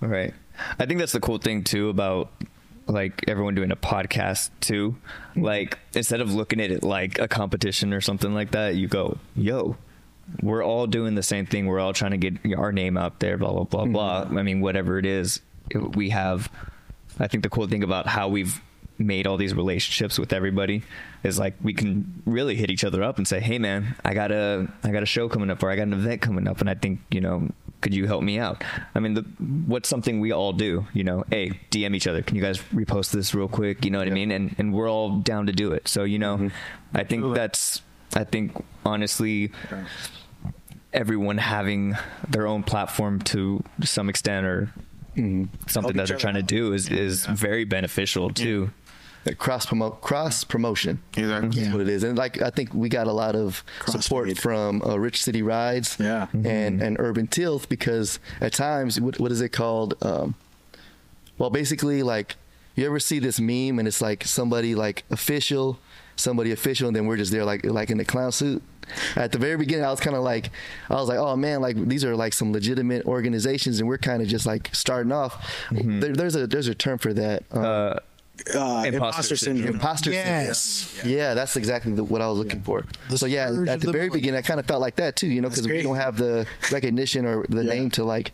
All right. I think that's the cool thing too about like everyone doing a podcast too. Like instead of looking at it like a competition or something like that, you go, "Yo, we're all doing the same thing. We're all trying to get our name out there, blah blah blah blah." I mean, whatever it is, it- we have I think the cool thing about how we've made all these relationships with everybody is like we can really hit each other up and say, "Hey man, I got a I got a show coming up or I got an event coming up and I think, you know, could you help me out?" I mean, the, what's something we all do, you know, hey, DM each other. Can you guys repost this real quick? You know what I mean? And and we're all down to do it. So, you know, I think that's I think honestly everyone having their own platform to some extent or something that they're trying to do is is very beneficial too. cross promote cross promotion exactly that's what it is and like i think we got a lot of support from uh, rich city rides yeah and and urban tilth because at times what, what is it called um well basically like you ever see this meme and it's like somebody like official somebody official and then we're just there like like in the clown suit at the very beginning i was kind of like i was like oh man like these are like some legitimate organizations and we're kind of just like starting off there, there's a there's a term for that um, uh, imposter syndrome. Imposter Yes. syndrome. Yeah, that's exactly the, what I was looking for. so yeah, scourge at of the, the very beginning, I kind of felt like that too, you know, because we don't have the recognition or the name to like.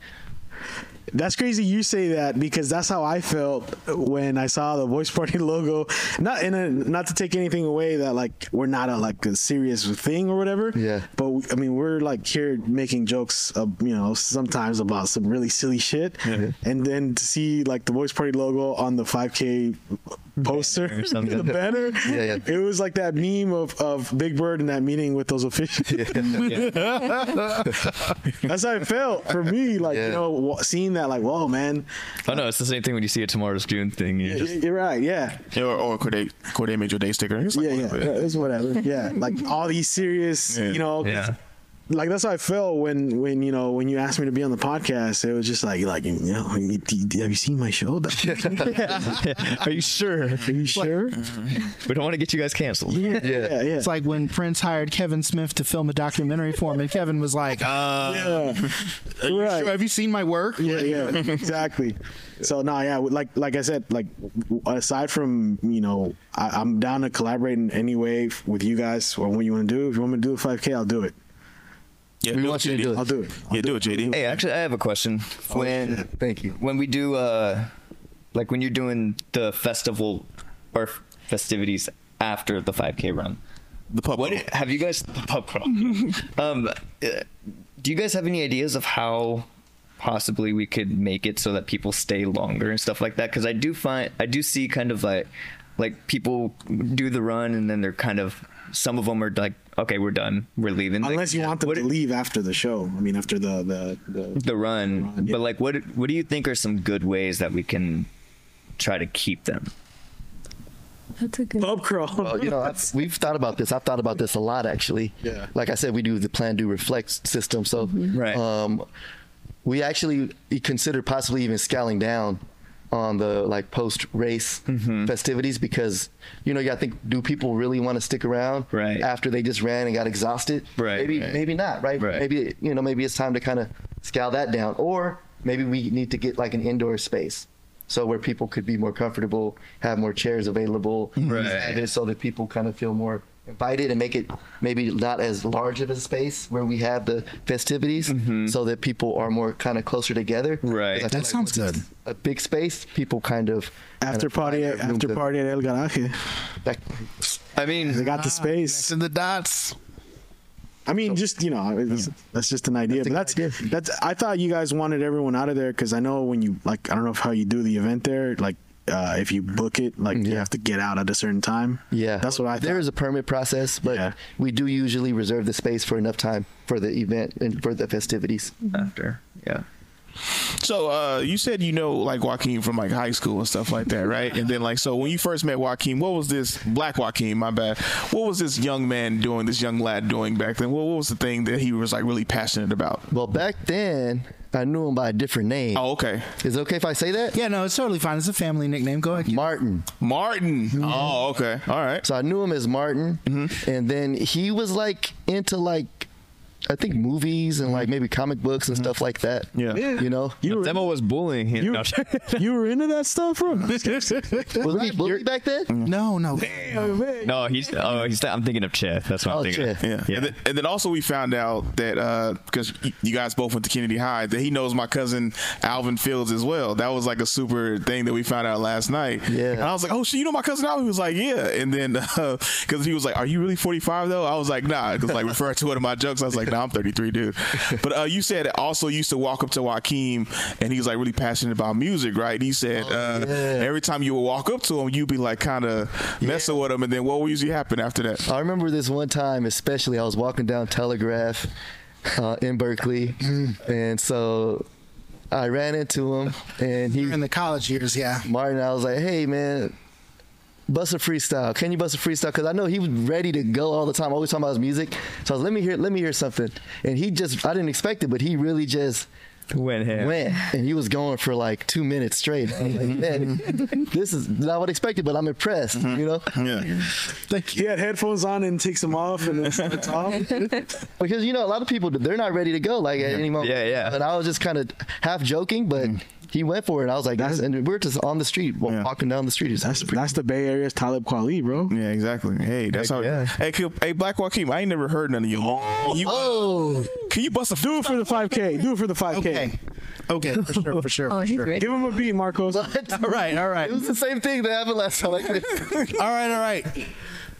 That's crazy you say that because that's how I felt when I saw the voice party logo. Not in a, not to take anything away that like we're not a like a serious thing or whatever. Yeah. But we- I mean we're like here making jokes, uh, you know, sometimes about some really silly shit, and then to see like the voice party logo on the 5K poster or something. the banner. Yeah, It was like that meme of of Big Bird in that meeting with those officials. That's how it felt for me. Like you know, wa- seeing that, like, whoa, man, Oh no, it's the same thing when you see a tomorrow's June thing. You just you're right. Yeah, Or, or could they could they make your day sticker? It's like, yeah, yeah. whatever. yeah, It's whatever. Yeah, like all these serious, Yeah. you know. Yeah. Like that's how I felt when when you know when you asked me to be on the podcast. It was just like like you know have you seen my show? Are you sure? Are you sure? We don't want to get you guys canceled. Yeah, yeah. It's like when Prince hired Kevin Smith to film a documentary for him, and Kevin was like, uh, Are you sure? Have you seen my work? Yeah, yeah, exactly. So no, yeah, like like I said, like w- aside from you know, I, I'm down to collaborate in any way f- with you guys or what you want to do. If you want me to do a 5K, I'll do it. Yeah, we want you to do it. I'll do it. Yeah, do it, JD. Hey, actually, I have a question. When thank you. When we do, uh, like when you're doing the festival or festivities after the 5K run, the pub. What have you guys? The pub crawl. um, uh, do you guys have any ideas of how possibly we could make it so that people stay longer and stuff like that? Because I do find I do see kind of like like people do the run and then they're kind of some of them are like okay we're done we're leaving Like, Unless you want them to leave after the show. I mean, after the the, the the run, but like what what do you think are some good ways that we can try to keep them That's a good pub crawl. Well, you know, I've, we've thought about this. I've thought about this a lot, actually. Yeah. Like I said, we do the plan, do, reflect system. Mm-hmm. So, right. um, we actually considered possibly even scaling down on the like post race Mm-hmm. festivities because you know yeah, I think do people really want to stick around right after they just ran and got exhausted Right, maybe right. maybe not right? Right. maybe you know maybe it's time to kind of scale that down or maybe we need to get like an indoor space so where people could be more comfortable have more chairs available Right. added so that people kind of feel more invited and make it maybe not as large of a space where we have the festivities so that people are more kind of closer together Mm-hmm. right That sounds good a big space people kind of After party, after party at El Garaje. I mean, they got the space and the dots. I mean, just you know, it's, that's just an idea. but that's that's. I thought you guys wanted everyone out of there because I know when you like, I don't know if how you do the event there. Like, uh, if you book it, like you have to get out at a certain time. Yeah, that's what I. There is a permit process, but we do usually reserve the space for enough time for the event and for the festivities. After, yeah. So uh, you said you know like Joaquin from like high school and stuff like that, right? and then like so when you first met Joaquin, what was this black Joaquin? My bad. What was this young man doing? This young lad doing back then? What, what was the thing that he was like really passionate about? Well, back then I knew him by a different name. Oh, okay. Is it okay if I say that? Yeah, no, it's totally fine. It's a family nickname. Go ahead. Martin. Martin. Oh, okay. All right. So I knew him as Martin, Mm-hmm. and then he was like into like I think movies and like maybe comic books and stuff like that. Mm-hmm. Yeah. You know, you were, demo was bullying him. You, were into that stuff, bro. was he bullied back then? Mm-hmm. No, no. No, he's. Oh, he's. I'm thinking of Cheth. That's what I'm thinking. of. Yeah. And, then, and then also we found out that because you guys both went to Kennedy High, that he knows my cousin Alvin Fields as well. That was like a super thing that we found out last night. Yeah. And I was like, oh shit, you know my cousin Alvin? He was like, yeah. And then because he was like, are you really 45 though? I was like, nah. Because like referring to one of my jokes, I was like, nah, I'm 33, dude. But uh, you said also used to walk up to Joaquin and he was like really passionate about music, right? And he said uh, every time you would walk up to him, you'd be like kind of messing with him, and then what would usually happen after that? I remember this one time, especially, I was walking down Telegraph uh, in Berkeley, Mm-hmm. and so I ran into him, and he in the college years, yeah. Martin, I was like, "Hey, man." Bust a freestyle. Can you bust a freestyle? Because I know he was ready to go all the time. Always talking about his music. So I was, let me hear, let me hear something. And he just, I didn't expect it, but he really just went ham. Went, and he was going for like two minutes straight. I was like, man, this is not what I expected, but I'm impressed. You know? Yeah. He had headphones on and takes them off and then starts off. because you know a lot of people they're not ready to go like at any moment. Yeah, yeah. And I was just kind of half joking, but he went for it. And I was like, that's, and we're just on the street, wa- walking down the street. It's That's that's the Bay Area's Talib Kweli, bro. Yeah, exactly. Hey, that's how. Hey, Kil- hey, Black Joaquin, I ain't never heard none of you. you oh, can you bust a do it for the 5K? Do it for the 5K. Okay. Okay, for sure, for sure. Oh, for he's sure. ready. Give him a beat, Marcos. All right, all right. It was the same thing that happened last time. Like this. all right, all right.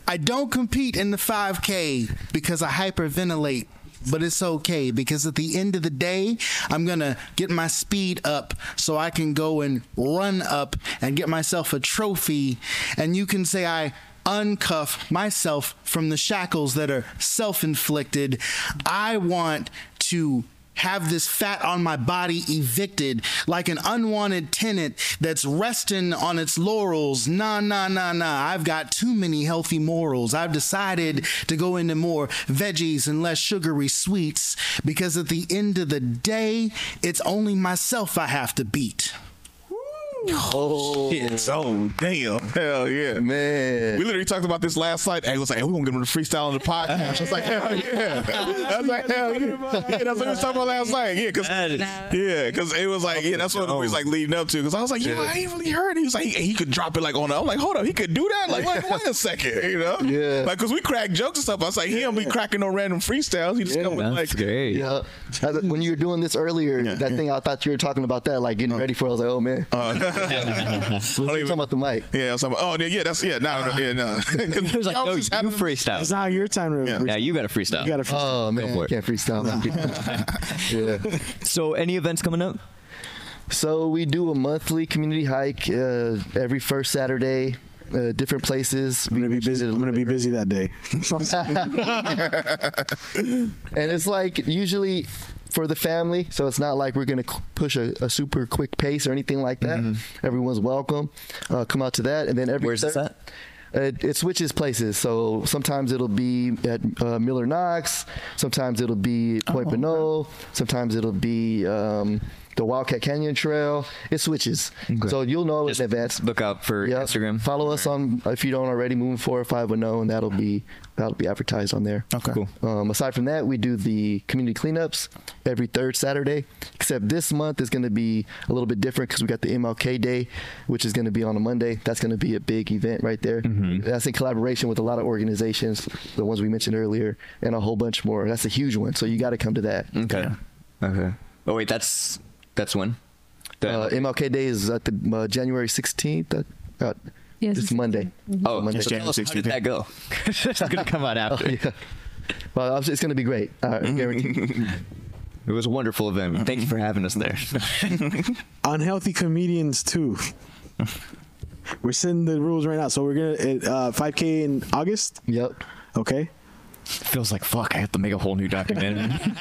I don't compete in the 5K because I hyperventilate, but it's okay because at the end of the day, I'm going to get my speed up so I can go and run up and get myself a trophy. And you can say I uncuff myself from the shackles that are self inflicted. I want to have this fat on my body evicted like an unwanted tenant that's resting on its laurels. Nah, nah, nah, nah. I've got too many healthy morals. I've decided to go into more veggies and less sugary sweets because at the end of the day, it's only myself I have to beat. Oh, shit. Oh, damn. Hell yeah. Man. We literally talked about this last night. And it was like, hey, we're going to give him the freestyle on the podcast. I was like, hell yeah. I was like, hell yeah. yeah that's what we was talking about last night. Yeah, because yeah, 'cause it was like, yeah, that's what it was like leading up to. Because I was like, you know, I ain't really heard. it. He was like, he, he could drop it like on. I'm like, hold up, he could do that? Like, wait, wait a second. You know? Yeah. Like, because we crack jokes and stuff. I was like, he don't be cracking no random freestyles. He just come with like, great. Yeah. I th- When you were doing this earlier, that thing I thought you were talking about that, like getting ready for. it. I was like, oh man. uh, We're talking about the mic. Yeah, I was talking about, oh, yeah, yeah, that's, yeah, no, no, yeah, no. He was like, no, you freestyle. It's not your time to. Yeah. Yeah, you got to freestyle. You gotta freestyle. Oh man, for it. can't freestyle. yeah. So, any events coming up? So we do a monthly community hike uh, every first Saturday. Uh, different places, I'm gonna be busy. I'm gonna be busy that day. and it's like usually for the family, so it's not like we're gonna c- push a, a super quick pace or anything like that. Everyone's welcome. Uh, come out to that, and then every Mm-hmm. Where's this at? It, it switches places, so sometimes it'll be at uh, Oh, Miller Knox, sometimes it'll be at Point Pinot, sometimes it'll be um, the Wildcat Canyon Trail. It switches, so you'll know in advance. Look out for Instagram. Follow us on if you don't already. Moving forward, five and and that'll be that'll be advertised on there. Okay. Cool. Um, aside from that, we do the community cleanups every third Saturday. Except this month is going to be a little bit different because we got the MLK Day, which is going to be on a Monday. That's going to be a big event right there. Mm-hmm. That's in collaboration with a lot of organizations, the ones we mentioned earlier, and a whole bunch more. That's a huge one, so you got to come to that. Okay. Okay. Oh wait, that's that's when. Uh, MLK Day is at the uh, January 16th. Uh, uh, Yes, it's Monday. Oh, Monday. so tell us, how did that go? it's gonna come out after. Oh, yeah. Well, it's going to be great. I guarantee. It was a wonderful event. Thank you for having us there. Unhealthy comedians too. We're setting the rules right now, so we're gonna uh, 5K in August. Yep. Okay. Feels like fuck. I have to make a whole new documentary.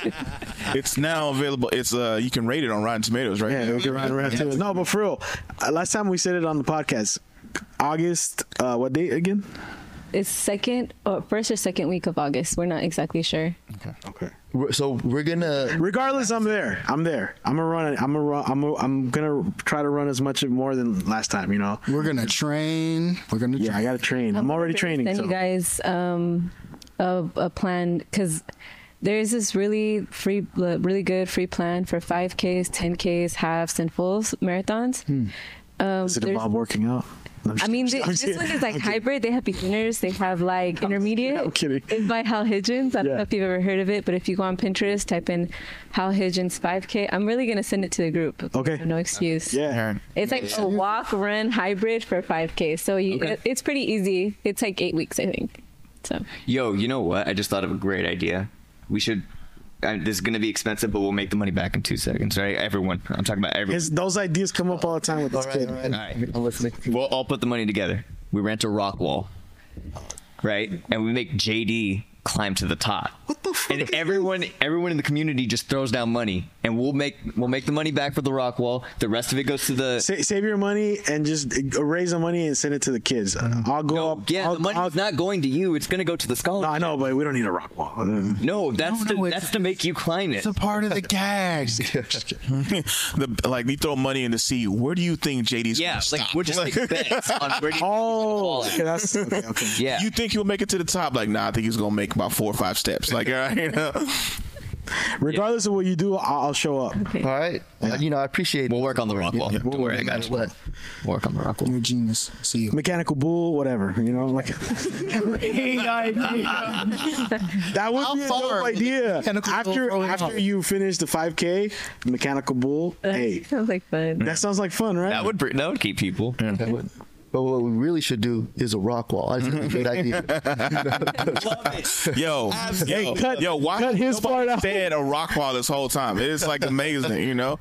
it's now available. It's uh, you can rate it on Rotten Tomatoes, right? Yeah, we can run around too. No, but for real, uh, last time we said it on the podcast, August. Uh, what date again? It's second or first or second week of August. We're not exactly sure. Okay. So we're gonna. Regardless, I'm there. I'm there. I'm gonna run. it. I'm gonna run. I'm gonna, I'm gonna try to run as much more than last time. You know. We're gonna train. We're gonna. Yeah, I gotta train. I'm already training. Send So. you guys um, a, a plan because there's this really free, really good free plan for 5Ks, 10Ks, halves, and fulls marathons. Um, Does Hmm. it there's- involve working out? I'm I mean, just- they, I'm this kidding. one is like hybrid. They have beginners, they have like intermediate. I'm kidding. It's by Hal Higgins. I don't know if you've ever heard of it, but if you go on Pinterest, type in Hal Higgins 5K. I'm really gonna send it to the group. Okay. No excuse. Yeah. It's like a walk, run, hybrid for 5K. So you, Okay. it- it's pretty easy. It's like eight weeks, I think. So Yo, you know what? I just thought of a great idea. We should. I, this is gonna be expensive, but we'll make the money back in two seconds, right? Everyone, I'm talking about everyone. His, those ideas come up all the time with this kid. all right. I'm listening. We'll all put the money together. We rent a rock wall, right? And we make JD climb to the top. What the fuck? And everyone, everyone in the community just throws down money, and we'll make we'll make the money back for the rock wall. The rest of it goes to the. Sa- save your money and just uh, raise the money and send it to the kids. Mm-hmm. Uh, I'll go up. Yeah, the money's not going to you. It's gonna go to the scholarship. I know, but we don't need a rock wall. No, that's to, that's to make you climb it. It's a part of the gag. the, like you throw money in the sea. Where do you think JD's? Yeah, gonna like, stop? we're just like bets on where do you oh, okay, that's okay, okay. Yeah. You think he'll make it to the top? Like, nah, I think he's gonna make about four or five steps. Like, all right, you know? Regardless of what you do, I'll, I'll show up. okay. All right. Uh, you know, I appreciate. We'll work on the rock wall. Don't worry, I got you. What? Work on the rock wall. You're a genius. See you. Mechanical bull, whatever. You know, like that would How be a far? dope idea. Mechanical bull after throwing after up. you finish the 5K, mechanical bull. hey, sounds like fun. that sounds like fun, right? Uh, That would br- that would keep people. But what we really should do is a rock wall. I think it's a good idea. yo, yo, cut- yo, why cut his nobody part out. Stay at a rock wall this whole time. It's like amazing, you know.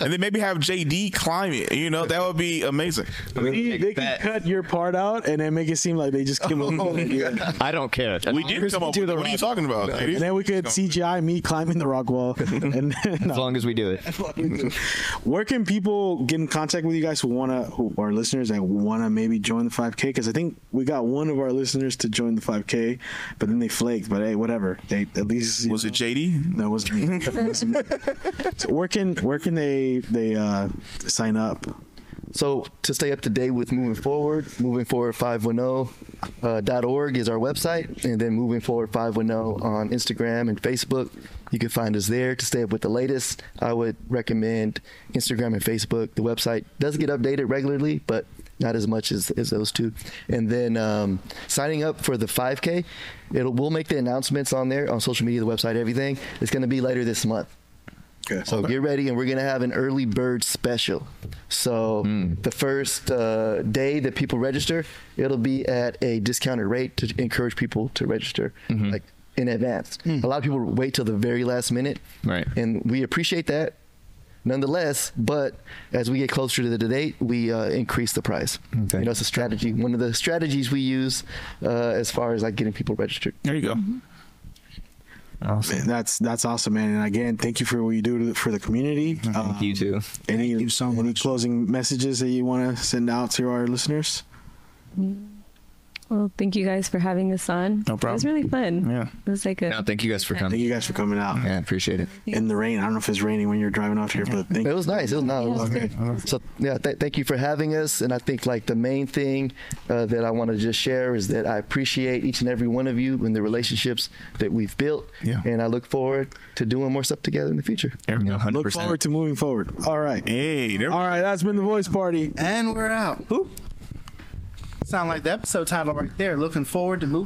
And then maybe have JD climb it. You know, that would be amazing. They, they can cut your part out and then make it seem like they just Oh, came up with it. I don't care. We did come up. With, what are you talking about? And then we could CGI me climbing the rock wall. And then, uh, As long as we do it. where can people get in contact with you guys who wanna, who are listeners that wanna maybe join the 5K? Because I think we got one of our listeners to join the 5K, but then they flaked. But hey, whatever. They at least you Was it know, JD? that wasn't me. That wasn't me. so where can where can they they uh, sign up? So to stay up to date with moving forward, moving forward oh, 510.org uh, is our website, and then moving forward 510 on Instagram and Facebook. You can find us there to stay up with the latest. I would recommend Instagram and Facebook. The website does get updated regularly, but not as much as, as those two. And then um, signing up for the 5K, it'll we'll make the announcements on there on social media, the website, everything. It's going to be later this month. Okay. So get ready, and we're gonna have an early bird special. So Hmm. the first uh, day that people register, it'll be at a discounted rate to encourage people to register, Mm-hmm. like in advance. A lot of people wait till the very last minute, Hmm. Right. And we appreciate that, nonetheless. But as we get closer to the date, we uh, increase the price. Okay. You know, it's a strategy. One of the strategies we use uh, as far as like getting people registered. There you go. Mm-hmm. Man, that's that's awesome, man. And again, thank you for what you do to, the- for the community. Um, You too. Any, Thank you so any closing messages that you want to send out to our listeners? Well, thank you guys for having us on. No It was problem. really fun. Yeah. It was like a. No, thank you guys for coming. Thank you guys for coming out. I appreciate it. In the rain. I don't know if it's raining when you're driving off here, but thank It was nice. It was nice. It was Okay. good. So yeah, th- thank you for having us. And I think like the main thing uh, that I want to just share is that I appreciate each and every one of you and the relationships that we've built. Yeah. And I look forward to doing more stuff together in the future. Look forward to moving forward. All right. Hey. All right. That's been the voice party. And we're out. Sound like the episode title right there. Looking forward to moving.